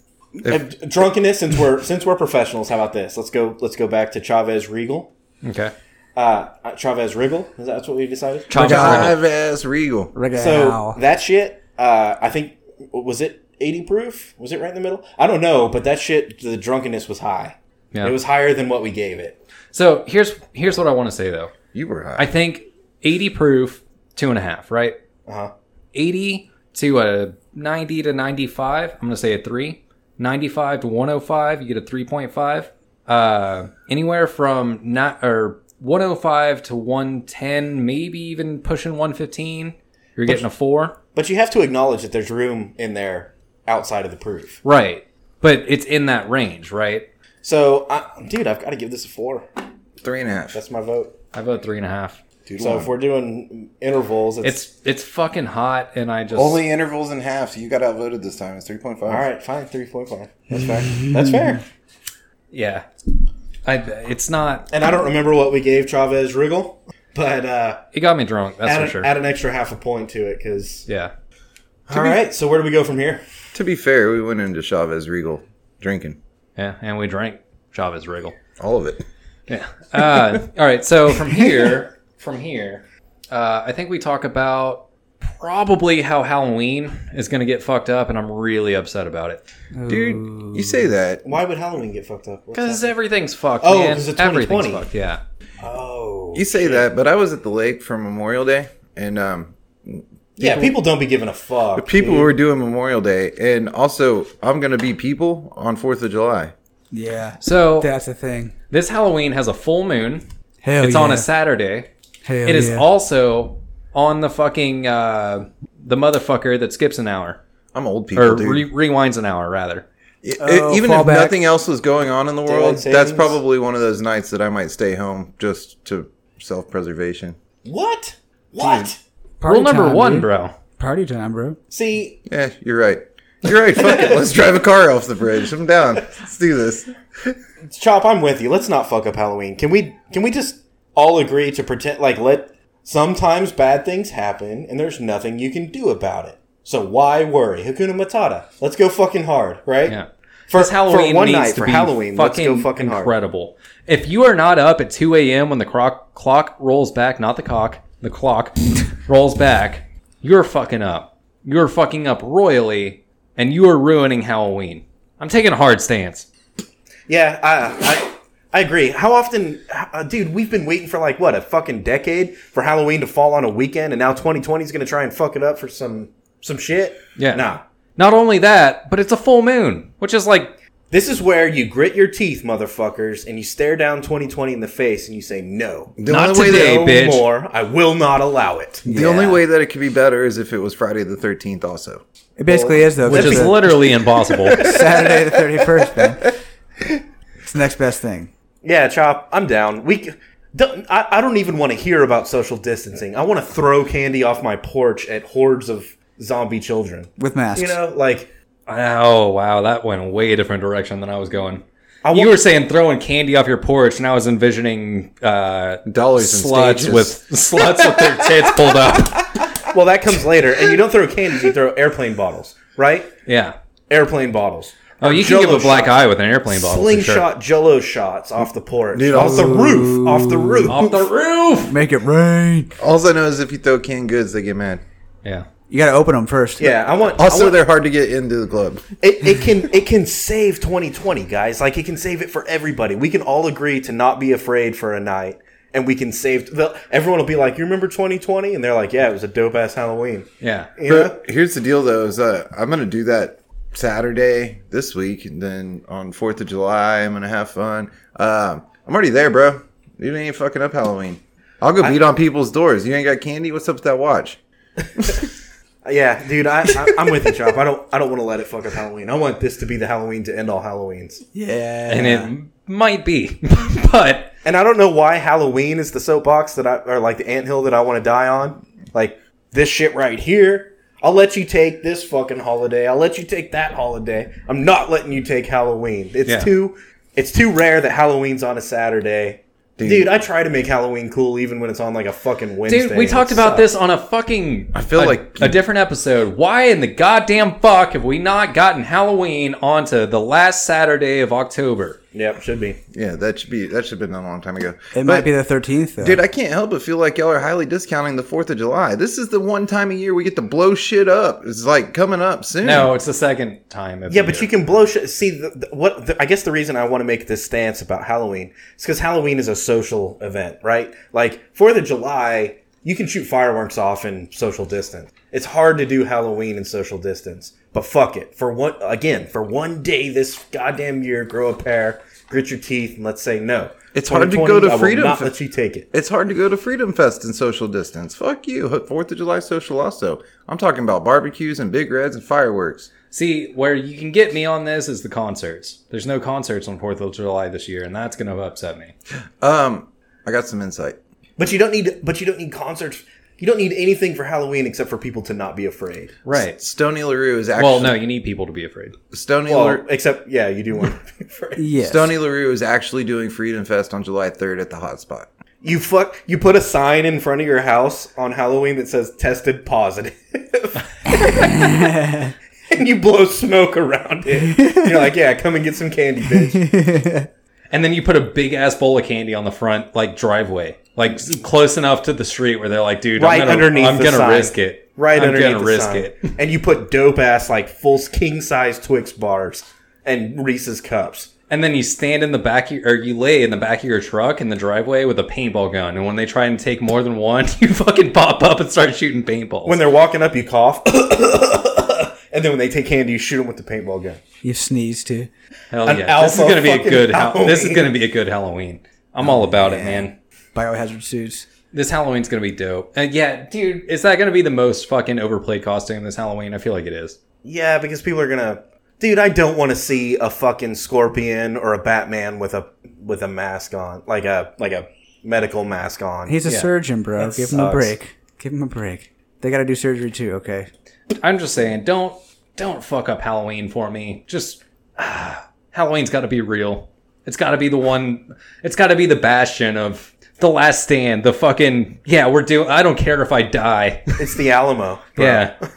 Speaker 4: uh, drunkenness. Since we're since we're professionals, how about this? Let's go. Let's go back to Chavez Regal.
Speaker 1: Okay.
Speaker 4: Uh, uh, Chavez Riggle. Is that what we decided?
Speaker 1: Chop
Speaker 2: Five ass regal.
Speaker 3: Regal.
Speaker 4: So that shit, uh, I think was it eighty proof? Was it right in the middle? I don't know, but that shit, the drunkenness was high.
Speaker 1: Yeah.
Speaker 4: It was higher than what we gave it.
Speaker 1: So here's here's what I want to say though.
Speaker 2: You were high.
Speaker 1: I think 80 proof, two and a half. Right?
Speaker 4: Uh-huh.
Speaker 1: 80 to a 90 to 95 i'm gonna say a 3 95 to 105 you get a 3.5 uh anywhere from not or 105 to 110 maybe even pushing 115 you're getting a 4
Speaker 4: But you have to acknowledge that there's room in there outside of the proof.
Speaker 1: right but it's in that range right
Speaker 4: So, I, dude, I've got to give this a four.
Speaker 2: Three and a half.
Speaker 4: That's my vote.
Speaker 1: i vote three and a half
Speaker 2: Two to
Speaker 4: So
Speaker 2: one.
Speaker 4: if we're doing intervals, it's,
Speaker 1: it's it's fucking hot and i just
Speaker 2: Only intervals in half, so you got outvoted this time. It's 3.5.
Speaker 4: all right. Fine, three point five. That's fair. That's fair.
Speaker 1: yeah I, it's not
Speaker 4: And I don't remember what we gave Chavez Riggle, but uh,
Speaker 1: it got me drunk that's
Speaker 4: add,
Speaker 1: for
Speaker 4: an,
Speaker 1: sure
Speaker 4: add an extra half a point to it because.
Speaker 1: yeah
Speaker 4: All right. So where do we go from here?
Speaker 2: To be fair, we went into Chavez Regal drinking.
Speaker 1: yeah and we drank chavez wriggle
Speaker 2: All of it.
Speaker 1: Yeah. Uh, all right. So from here, from here, uh, I think we talk about probably how Halloween is going to get fucked up, and I'm really upset about it
Speaker 2: Dude, you say that.
Speaker 4: Why would Halloween get fucked up? What's
Speaker 1: because
Speaker 4: happening?
Speaker 1: everything's fucked.
Speaker 4: Oh,
Speaker 1: man.
Speaker 4: 'cause it's
Speaker 1: everything's
Speaker 4: 2020.
Speaker 1: fucked. Yeah.
Speaker 4: oh,
Speaker 2: You say that, but I was at the lake for Memorial Day, and um,
Speaker 4: yeah. People don't be giving a fuck.
Speaker 2: people
Speaker 4: dude.
Speaker 2: were doing Memorial Day, and also I'm gonna be people on Fourth of July.
Speaker 3: yeah,
Speaker 1: So
Speaker 3: that's the thing.
Speaker 1: this Halloween has a full moon.
Speaker 3: Hell
Speaker 1: it's
Speaker 3: Oh, yeah.
Speaker 1: on a Saturday.
Speaker 3: Hell
Speaker 1: It is
Speaker 3: yeah.
Speaker 1: also on the fucking uh, the motherfucker that skips an hour
Speaker 2: I'm old people,
Speaker 1: or
Speaker 2: Oh, dude.
Speaker 1: re- rewinds an hour rather.
Speaker 2: It-
Speaker 3: Oh,
Speaker 2: it- even
Speaker 3: fall
Speaker 2: if
Speaker 3: back.
Speaker 2: nothing else was going on in the world,
Speaker 4: Daylight
Speaker 2: that's
Speaker 4: savings?
Speaker 2: probably one of those nights that I might stay home just to self-preservation.
Speaker 4: What? What?
Speaker 3: Party
Speaker 1: Rule number
Speaker 3: time,
Speaker 1: one,
Speaker 3: dude.
Speaker 1: bro.
Speaker 3: Party time, bro.
Speaker 4: See,
Speaker 2: Yeah, you're right. You're right. Fuck it. Let's drive a car off the bridge. I'm down. Let's do this.
Speaker 4: Chop, I'm with you. Let's not fuck up Halloween. Can we? Can we just all agree to pretend like let? Sometimes bad things happen, and there's nothing you can do about it. So why worry? Hakuna Matata. Let's go fucking hard, right?
Speaker 1: Yeah.
Speaker 4: For
Speaker 1: This Halloween
Speaker 4: for one
Speaker 1: needs
Speaker 4: night
Speaker 1: to
Speaker 4: for
Speaker 1: be
Speaker 4: Halloween, let's
Speaker 1: fucking
Speaker 4: go fucking hard.
Speaker 1: incredible. If you are not up at 2 a.m. when the croc- clock rolls back, not the cock, the clock rolls back, you're fucking up. You're fucking up royally, and you are ruining Halloween. I'm taking a hard stance.
Speaker 4: Yeah, I, I, I agree. How often, uh, dude? We've been waiting for like what a fucking decade for Halloween to fall on a weekend, and now 2020 is gonna try and fuck it up for some some shit.
Speaker 1: Yeah.
Speaker 4: nah.
Speaker 1: Not only that, but it's a full moon, which is like,
Speaker 4: This is where you grit your teeth, motherfuckers, and you stare down 2020 in the face, and you say no.
Speaker 2: The
Speaker 1: Not
Speaker 2: only way that-
Speaker 1: today. Hey,
Speaker 4: no
Speaker 1: bitch.
Speaker 4: more. I will not allow it.
Speaker 2: The only way that it could be better is if it was Friday the 13th. Also,
Speaker 3: It basically is though.
Speaker 1: which
Speaker 3: It's
Speaker 1: is
Speaker 3: a-
Speaker 1: literally impossible.
Speaker 3: Saturday the thirty first, man. It's the next best thing.
Speaker 4: Yeah, chop. I'm down. We. c- Don't, I, I don't even want to hear about social distancing. I want to throw candy off my porch at hordes of zombie children.
Speaker 3: With masks.
Speaker 4: You know, like
Speaker 1: oh, wow. That went way a different direction than I was going.
Speaker 4: I
Speaker 1: You
Speaker 4: want-
Speaker 1: were saying throwing candy off your porch, and I was envisioning uh,
Speaker 2: dollars and
Speaker 1: sluts
Speaker 2: stages.
Speaker 1: with sluts with their tits pulled up.
Speaker 4: Well, that comes later, and you don't throw candies; you throw airplane bottles, right?
Speaker 1: Yeah.
Speaker 4: Airplane bottles.
Speaker 1: Oh, you can
Speaker 4: Jell-O
Speaker 1: give a black
Speaker 4: shots.
Speaker 1: eye with an airplane bottle. for sure.
Speaker 4: Slingshot Jello shots off the porch,
Speaker 2: Dude, oh.
Speaker 4: off the
Speaker 2: I'll-
Speaker 4: roof, off the roof.
Speaker 1: off the roof.
Speaker 3: Make it rain.
Speaker 2: All I know is if you throw canned goods, they get mad.
Speaker 1: Yeah.
Speaker 3: You got to open them first.
Speaker 4: yeah, I want. I
Speaker 2: Also,
Speaker 4: want-
Speaker 2: they're hard to get into the club.
Speaker 4: it, it can it can save 2020, guys. Like it can save it for everybody. We can all agree to not be afraid for a night and we can save. They'll, everyone will be like, "You remember 2020?" And they're like, "Yeah, it was a dope ass Halloween."
Speaker 1: Yeah.
Speaker 4: You know?
Speaker 2: But here's the deal, though: is uh, I'm gonna do that Saturday this week, and then on Fourth of July, I'm gonna have fun. Um, I'm already there, bro. You ain't fucking up Halloween. I'll go beat on people's doors. You ain't got candy. What's up with that watch?
Speaker 4: Yeah, dude, I, I, I'm with you, Chop. I don't, I don't want to let it fuck up Halloween. I want this to be the Halloween to end all Halloweens.
Speaker 3: Yeah.
Speaker 1: And it might be, but
Speaker 4: And I don't know why Halloween is the soapbox that I, or like the anthill that I want to die on. Like this shit right here. I'll let you take this fucking holiday. I'll let you take that holiday. I'm not letting you take Halloween. It's
Speaker 1: Yeah.
Speaker 4: too, it's too rare that Halloween's on a Saturday. Dude. I try to make Halloween cool even when it's on like a fucking Wednesday.
Speaker 1: dude, we
Speaker 4: It
Speaker 1: talked about
Speaker 4: sucks.
Speaker 1: this on a fucking. I
Speaker 2: feel like-
Speaker 1: a different episode. Why in the goddamn fuck have we not gotten Halloween onto the last Saturday of October?
Speaker 4: Yep, should be.
Speaker 2: Yeah, that should be that should have been done a long time ago.
Speaker 3: It
Speaker 2: But-
Speaker 3: might be the 13th, though.
Speaker 2: Dude, I can't help but feel like y'all are highly discounting the Fourth of July. This is the one time of year we get to blow shit up. It's like coming up soon.
Speaker 1: No, it's the second time. Of
Speaker 4: Yeah,
Speaker 1: the
Speaker 4: but
Speaker 1: year.
Speaker 4: you can blow shit. See, the, the, what the, I guess the reason I want to make this stance about Halloween is because Halloween is a social event, right? Like Fourth of July, you can shoot fireworks off and social distance. It's hard to do Halloween and social distance, but fuck it. For one, again, for one day this goddamn year, grow a pair, grit your teeth, and let's say no.
Speaker 2: It's hard to go to
Speaker 4: 2020, I will
Speaker 2: Freedom
Speaker 4: Not
Speaker 2: Fe-
Speaker 4: let you take it.
Speaker 2: It's hard to go to Freedom Fest and social distance. Fuck you. Fourth of July social also. I'm talking about barbecues and big reds and fireworks.
Speaker 1: See, where you can get me on this is the concerts. There's no concerts on 4th of July this year, and that's going to upset me.
Speaker 2: Um, I got some insight.
Speaker 4: But you don't need. But you don't need concerts. You don't need anything for Halloween except for people to not be afraid.
Speaker 1: Right.
Speaker 2: Stony LaRue is actually
Speaker 1: Well, no, you need people to be afraid.
Speaker 2: Stony
Speaker 4: Well,
Speaker 2: LaRue,
Speaker 4: except yeah, you do want to be afraid.
Speaker 3: yes.
Speaker 2: Stony LaRue is actually doing Freedom Fest on July 3rd at the hotspot.
Speaker 4: You fuck. You put a sign in front of your house on Halloween that says "tested positive," and you blow smoke around it. You're like, "Yeah, come and get some candy, bitch."
Speaker 1: And then you put a big ass bowl of candy on the front, like, driveway, like, s- close enough to the street where they're like, dude,
Speaker 4: Right
Speaker 1: I'm gonna,
Speaker 4: underneath.
Speaker 1: I'm
Speaker 4: the
Speaker 1: going to
Speaker 4: sign.
Speaker 1: risk it.
Speaker 4: Right
Speaker 1: I'm
Speaker 4: underneath
Speaker 1: gonna
Speaker 4: the
Speaker 1: risk
Speaker 4: sign.
Speaker 1: it.
Speaker 4: And you put dope ass like full king size Twix bars and Reese's cups.
Speaker 1: And then you stand in the back, of your, or you lay in the back of your truck in the driveway with a paintball gun. And when they try and take more than one, you fucking pop up and start shooting paintballs.
Speaker 4: When they're walking up, you cough. And then when they take candy, you shoot them with the paintball gun.
Speaker 3: You sneezed too.
Speaker 1: Hell
Speaker 4: an
Speaker 1: yeah! This is
Speaker 4: alpha
Speaker 1: gonna be a
Speaker 4: fucking
Speaker 1: good. Hal- this is
Speaker 4: Halloween. Oh,
Speaker 1: gonna be a good Halloween. I'm all about it, man.
Speaker 3: Biohazard suits.
Speaker 1: This Halloween's gonna be dope. And yeah, dude, is that gonna be the most fucking overplayed costume this Halloween? I feel like it is.
Speaker 4: Yeah, because people are gonna. Dude, I don't want to see a fucking scorpion or a Batman with a with a mask on, like a like a medical mask on.
Speaker 3: He's a
Speaker 1: Yeah.
Speaker 3: surgeon, bro.
Speaker 4: That
Speaker 3: Give him a
Speaker 4: sucks.
Speaker 3: break. Give him a break. They got to do surgery too, okay?
Speaker 1: I'm just saying, don't don't fuck up Halloween for me. Just ah, Halloween's got to be real. It's got to be the one. It's got to be the bastion of the last stand. The fucking yeah, we're doing. I don't care if I die.
Speaker 4: it's the Alamo. bro.
Speaker 1: yeah,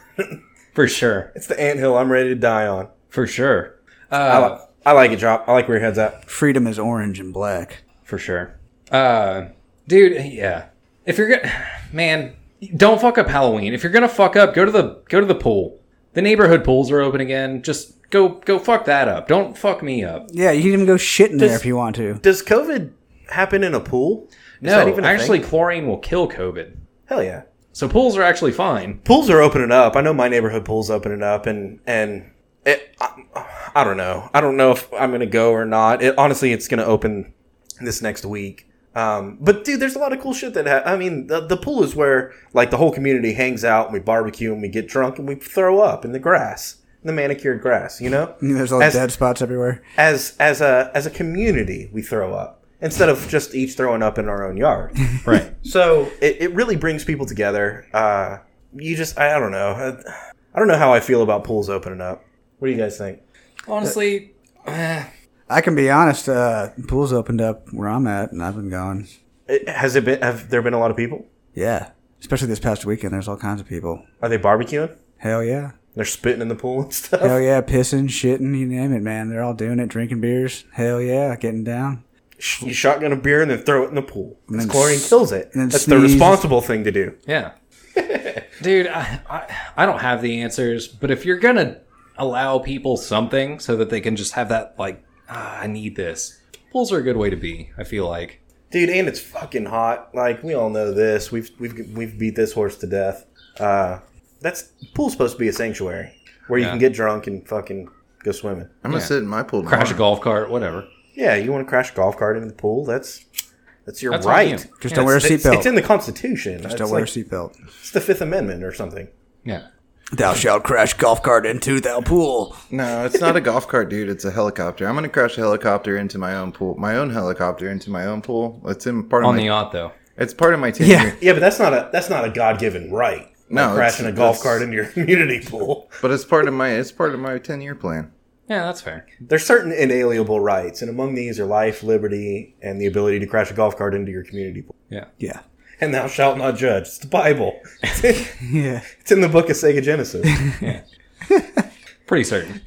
Speaker 1: for sure,
Speaker 4: it's the anthill I'm ready to die on.
Speaker 1: for sure,
Speaker 4: I, li- I like it, Drop. I like where your head's at.
Speaker 3: Freedom is orange and black.
Speaker 1: for sure. Uh, dude, yeah. If you're gonna, man, don't fuck up Halloween. If you're gonna fuck up, go to the go to the pool. The neighborhood pools are open again. Just go go fuck that up. Don't fuck me up.
Speaker 3: Yeah, you can even go shit in there
Speaker 4: Does-
Speaker 3: if you want to.
Speaker 4: Does COVID happen in a pool? Is
Speaker 1: No,
Speaker 4: even a
Speaker 1: actually,
Speaker 4: thing?
Speaker 1: chlorine will kill COVID.
Speaker 4: hell yeah.
Speaker 1: So pools are actually fine.
Speaker 4: Pools are opening up. I know my neighborhood pool's opening up, and and it, I, I don't know. I don't know if I'm gonna go or not. It, honestly, it's gonna open this next week. Um, but dude, there's a lot of cool shit that ha- I mean, the, the pool is where like the whole community hangs out and we barbecue and we get drunk and we throw up in the grass, in the manicured grass. You know,
Speaker 3: There's all
Speaker 4: as,
Speaker 3: dead spots everywhere.
Speaker 4: as as a as a community, we throw up instead of just each throwing up in our own yard.
Speaker 1: Right.
Speaker 4: So it, it really brings people together. Uh, you just, I, I don't know. I, I don't know how I feel about pools opening up. What do you guys think?
Speaker 1: Honestly,
Speaker 3: I can be honest, uh, pool's opened up where I'm at and I've been going.
Speaker 4: It, has it been, have there been a lot of people?
Speaker 3: Yeah. Especially this past weekend, there's all kinds of people.
Speaker 4: Are they barbecuing?
Speaker 3: Hell yeah.
Speaker 4: They're spitting in the pool and stuff.
Speaker 3: Hell yeah, pissing, shitting, you name it, man. They're all doing it, drinking beers. Hell yeah, getting down.
Speaker 4: Sh- You shotgun a beer and then throw it in the pool. Because
Speaker 3: then
Speaker 4: chlorine
Speaker 3: s-
Speaker 4: kills it.
Speaker 3: and then
Speaker 4: That's the
Speaker 3: sneeze.
Speaker 4: responsible thing to do.
Speaker 1: yeah. Dude, I, I I don't have the answers, but if you're gonna allow people something so that they can just have that like, ah, I need this. Pools are a good way to be. I feel like
Speaker 4: dude, and it's fucking hot. Like we all know this. We've we've we've beat this horse to death. Uh, that's pool's supposed to be a sanctuary where you
Speaker 1: Yeah.
Speaker 4: can get drunk and fucking go swimming.
Speaker 2: I'm gonna
Speaker 1: Yeah.
Speaker 2: sit in my pool.
Speaker 1: Crash a
Speaker 2: tomorrow.
Speaker 1: golf cart, whatever.
Speaker 4: Yeah, you want to crash a golf cart into the pool? That's that's your
Speaker 1: That's on
Speaker 4: right.
Speaker 1: you.
Speaker 3: Just
Speaker 1: Yeah,
Speaker 3: don't wear a
Speaker 1: it's-
Speaker 4: It's,
Speaker 3: seatbelt.
Speaker 4: it's in the Constitution. Just
Speaker 3: don't wear a seatbelt.
Speaker 4: It's the Fifth Amendment or something.
Speaker 1: Yeah.
Speaker 3: Thou shalt crash golf cart into thou pool.
Speaker 2: No, it's not a golf cart, dude. It's a helicopter. I'm gonna crash a helicopter into my own pool. My own helicopter into my own pool. It's in part of
Speaker 1: On the
Speaker 2: my.
Speaker 1: yacht, though.
Speaker 2: It's part of my tenure.
Speaker 3: Yeah.
Speaker 4: Yeah, but that's not a that's not a God given right. like
Speaker 2: No, it's-
Speaker 4: crashing a golf
Speaker 2: that's-
Speaker 4: cart into your community pool.
Speaker 2: But it's part of my. It's part of my ten year plan.
Speaker 1: Yeah, that's fair.
Speaker 4: There's certain inalienable rights, and among these are life, liberty, and the ability to crash a golf cart into your community pool.
Speaker 1: Yeah.
Speaker 3: Yeah.
Speaker 4: And thou shalt not judge. It's the Bible. it's
Speaker 3: Yeah.
Speaker 4: in the book of Sega Genesis.
Speaker 1: Pretty certain.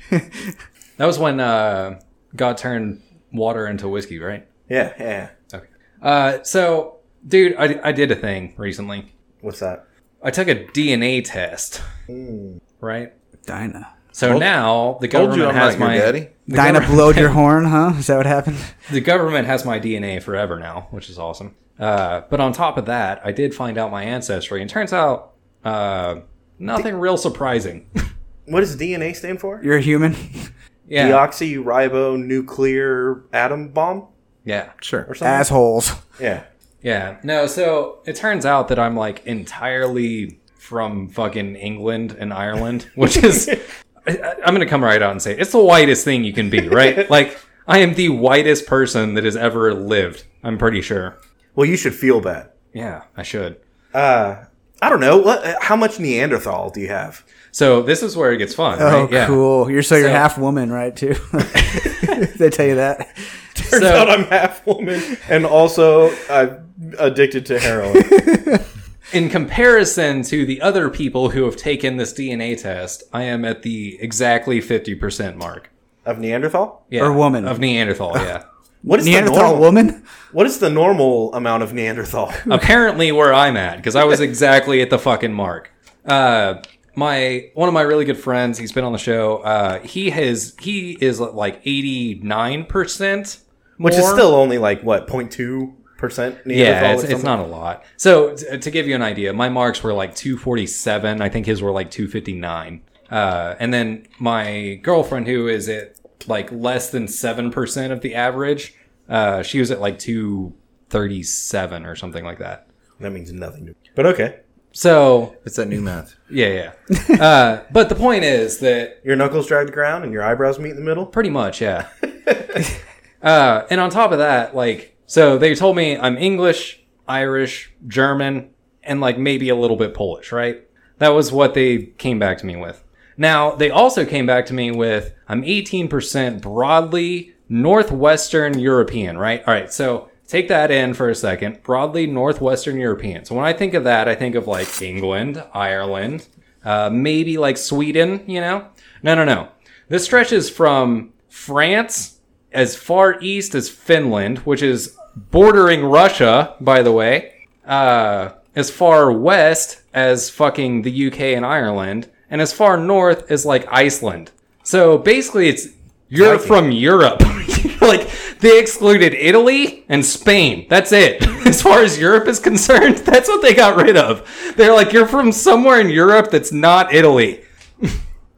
Speaker 1: that was when uh, God turned water into whiskey, right?
Speaker 4: Yeah, yeah.
Speaker 1: Okay. Uh, so, dude, I, I did a thing recently.
Speaker 4: What's that?
Speaker 1: I took a DNA test, right?
Speaker 3: Dinah.
Speaker 1: So now the
Speaker 2: Hmm. Told
Speaker 1: government
Speaker 2: you I'm
Speaker 1: has
Speaker 2: not your
Speaker 1: my
Speaker 2: daddy.
Speaker 1: The,
Speaker 3: Dinah
Speaker 1: government-
Speaker 3: blowed your horn, huh? Is that what happened?
Speaker 1: the government has my DNA forever now, which is awesome. Uh, but on top of that, I did find out my ancestry, and turns out uh, nothing real surprising.
Speaker 4: What does DNA stand for?
Speaker 3: You're a human.
Speaker 1: yeah,
Speaker 4: Deoxyribonuclear atom bomb
Speaker 1: yeah,
Speaker 2: Sure.
Speaker 4: or something?
Speaker 3: Assholes.
Speaker 4: yeah.
Speaker 1: yeah. No, so it turns out that I'm like entirely from fucking England and Ireland, which is I, I- I'm gonna come right out and say it's the whitest thing you can be, right? like I am the whitest person that has ever lived. I'm pretty sure.
Speaker 4: Well, you should feel bad.
Speaker 1: Yeah, I should.
Speaker 4: Uh, I don't know. What, uh, how much Neanderthal do you have?
Speaker 1: So this is where it gets fun,
Speaker 3: Oh,
Speaker 1: right? Yeah.
Speaker 3: cool. You're so, you're
Speaker 1: So-
Speaker 3: half woman, right? Too. they tell you that.
Speaker 4: Turns
Speaker 1: So-
Speaker 4: out I'm half woman and also I'm addicted to heroin.
Speaker 1: In comparison to the other people who have taken this DNA test, I am at the exactly 50% mark.
Speaker 4: of Neanderthal?
Speaker 1: Yeah.
Speaker 3: Or woman.
Speaker 1: Of Neanderthal, yeah.
Speaker 4: What is the
Speaker 3: Neanderthal
Speaker 4: normal,
Speaker 3: woman.
Speaker 4: What is the normal amount of Neanderthal?
Speaker 1: Uh, Apparently where I'm at, because I was exactly at the fucking mark. Uh, my one of my really good friends, he's been on the show. Uh, he has he is like 89%.
Speaker 4: Which is
Speaker 1: more.
Speaker 4: still only like what 0.2 percent Neanderthal.
Speaker 1: Yeah,
Speaker 4: or
Speaker 1: it's, it's
Speaker 4: something?
Speaker 1: not a lot. So t- to give you an idea, my marks were like 247. I think his were like 259. Uh, and then my girlfriend, who is at like less than seven percent of the average, uh, she was at like 237 or something like that.
Speaker 4: That means nothing to me. But okay,
Speaker 1: So
Speaker 2: It's that new math.
Speaker 1: yeah, yeah. uh, but the point is that
Speaker 4: your knuckles drag the ground and your eyebrows meet in the middle.
Speaker 1: Pretty much, yeah. uh, and on top of that, like, so they told me I'm English, Irish, German, and like maybe a little bit Polish, right? That was what they came back to me with. Now, they also came back to me with I'm 18% broadly Northwestern European, right? All right, so take that in for a second. Broadly Northwestern European. So when I think of that, I think of like England, Ireland, uh, maybe like Sweden, you know? No, no, no. This stretches from France as far east as Finland, which is bordering Russia, by the way, uh, as far west as fucking the UK and Ireland, and as far north as like Iceland. So basically, it's you're from Europe. like they excluded Italy and Spain. That's it. As far as Europe is concerned, that's what they got rid of. They're like, you're from somewhere in Europe that's not Italy.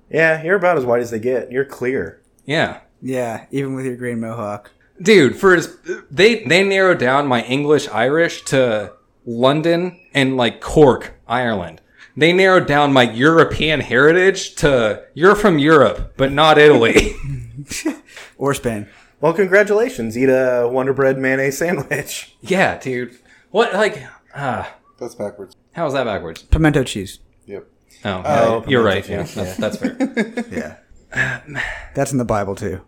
Speaker 4: Yeah, you're about as white as they get. You're clear.
Speaker 1: Yeah.
Speaker 3: Yeah, even with your green mohawk.
Speaker 1: dude for his, they they narrowed down my english irish to london and like cork ireland they narrowed down my european heritage to you're from europe but not italy
Speaker 3: Or Spain.
Speaker 4: Well, congratulations. Eat a Wonder Bread mayonnaise sandwich.
Speaker 1: yeah dude what like ah
Speaker 2: That's backwards.
Speaker 1: how is that backwards
Speaker 3: Pimento cheese.
Speaker 2: Yep.
Speaker 1: oh,
Speaker 4: Oh,
Speaker 1: you're right yeah, that's, that's fair
Speaker 3: Yeah. That's in the Bible too.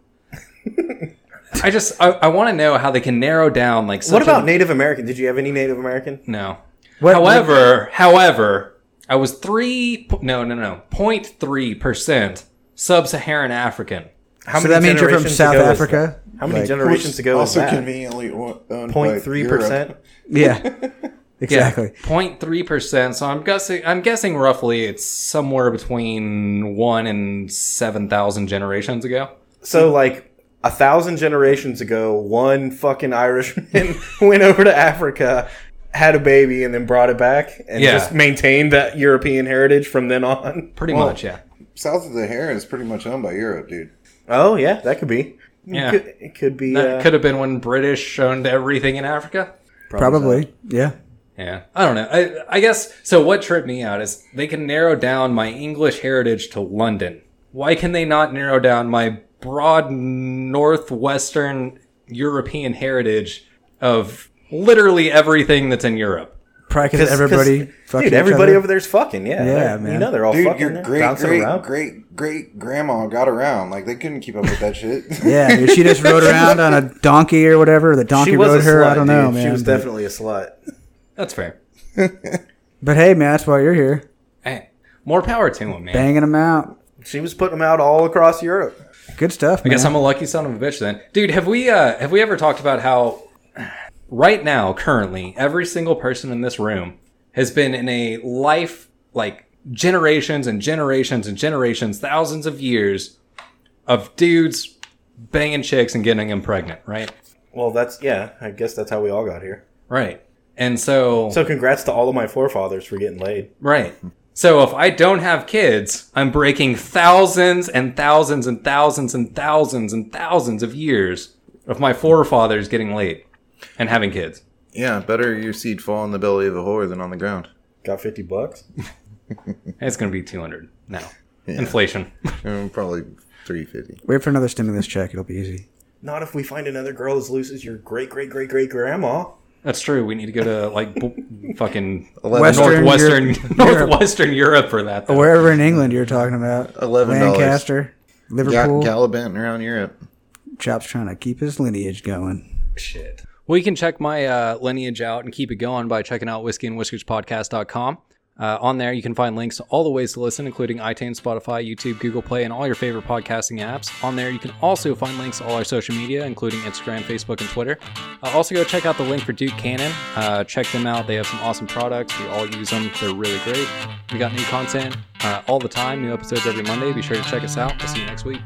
Speaker 1: i just i, I want to know how they can narrow down like such
Speaker 4: What about
Speaker 1: a-
Speaker 4: Native American? Did you have any Native American?
Speaker 1: no
Speaker 3: What-
Speaker 1: however however i was three po- no no no 0.3 percent sub-saharan african
Speaker 4: How
Speaker 3: so that means you're from
Speaker 4: generations
Speaker 3: South
Speaker 4: ago is that?
Speaker 3: Africa.
Speaker 4: How many
Speaker 3: Like-
Speaker 4: generations ago was
Speaker 5: also
Speaker 4: that?
Speaker 5: conveniently o- owned by
Speaker 4: 0.3
Speaker 5: Europe.
Speaker 4: percent.
Speaker 3: Yeah. Exactly.
Speaker 1: 0.3 percent. So I'm guessing. I'm guessing roughly it's somewhere between one and seven thousand generations ago.
Speaker 4: So like a thousand generations ago, one fucking Irishman went over to Africa, had a baby, and then brought it back, and
Speaker 1: Yeah.
Speaker 4: just maintained that European heritage from then on.
Speaker 1: Pretty
Speaker 2: Well-
Speaker 1: much, yeah.
Speaker 2: South of the Sahara is pretty much owned by Europe, dude.
Speaker 4: Oh yeah, that could be.
Speaker 1: Yeah.
Speaker 4: Could- it could be.
Speaker 1: That
Speaker 4: uh,
Speaker 1: could have been when British owned everything in Africa.
Speaker 3: Probably. Yeah.
Speaker 1: Yeah, I don't know. I, I guess so. What tripped me out is they can narrow down my English heritage to London. Why can they not narrow down my broad northwestern European heritage of literally everything that's in Europe?
Speaker 3: Probably 'cause
Speaker 4: 'Cause- 'cause,
Speaker 3: everybody fucking
Speaker 4: dude,
Speaker 3: each
Speaker 4: everybody
Speaker 3: other.
Speaker 4: over there's fucking.
Speaker 3: Yeah,
Speaker 4: Yeah, They're-
Speaker 3: man.
Speaker 4: You know they're all
Speaker 2: Dude,
Speaker 4: fucking.
Speaker 2: your
Speaker 4: there,
Speaker 2: great
Speaker 4: bouncing
Speaker 2: great
Speaker 4: around.
Speaker 2: great great grandma got around. Like they couldn't keep up with that shit.
Speaker 3: Yeah, dude, she just rode around on a donkey or whatever. or The donkey
Speaker 4: She was
Speaker 3: rode
Speaker 4: a
Speaker 3: her.
Speaker 4: slut.
Speaker 3: I don't know,
Speaker 4: dude.
Speaker 3: man.
Speaker 4: She was
Speaker 3: but,
Speaker 4: definitely a slut.
Speaker 1: That's fair.
Speaker 3: but hey, man, that's why you're here,
Speaker 1: Hey, more power to them, man.
Speaker 3: banging them out.
Speaker 4: She was putting them out all across Europe.
Speaker 3: Good stuff.
Speaker 1: I
Speaker 3: man.
Speaker 1: guess I'm a lucky son of a bitch then, dude. Have we uh, have we ever talked about how right now, currently, every single person in this room has been in a life like generations and generations and generations, thousands of years of dudes banging chicks and getting them pregnant, right?
Speaker 4: Well, that's yeah. I guess that's how we all got here.
Speaker 1: Right. And so,
Speaker 4: So, congrats to all of my forefathers for getting laid.
Speaker 1: right. So if I don't have kids, I'm breaking thousands and thousands and thousands and thousands and thousands of years of my forefathers getting laid and having kids.
Speaker 2: yeah, better your seed fall in the belly of a whore than on the ground.
Speaker 4: Got fifty bucks.
Speaker 1: It's going to be 200 now. Inflation.
Speaker 2: Mm, Probably three fifty.
Speaker 3: Wait for another stimulus check. It'll be easy.
Speaker 4: Not if we find another girl as loose as your great great great great grandma.
Speaker 1: That's true. We need to go to like b- fucking
Speaker 3: Western
Speaker 1: northwestern
Speaker 3: Europe-
Speaker 1: northwestern Europe for that. though.
Speaker 3: Wherever in England you're talking about,
Speaker 2: Eleven dollars.
Speaker 3: Lancaster, Liverpool.
Speaker 2: Gallivanting around Europe.
Speaker 3: Chop's trying to keep his lineage going.
Speaker 1: Shit. Well, you can check my uh, lineage out and keep it going by checking out whiskeyandwhiskerspodcast.com. Uh, on there, you can find links to all the ways to listen, including iTunes, Spotify, YouTube, Google Play, and all your favorite podcasting apps. On there, you can also find links to all our social media, including Instagram, Facebook, and Twitter. Uh, also, go check out the link for Duke Cannon. Uh, check them out. They have some awesome products. We all use them, they're really great. We got new content uh, all the time, new episodes every Monday. Be sure to check us out. We'll see you next week.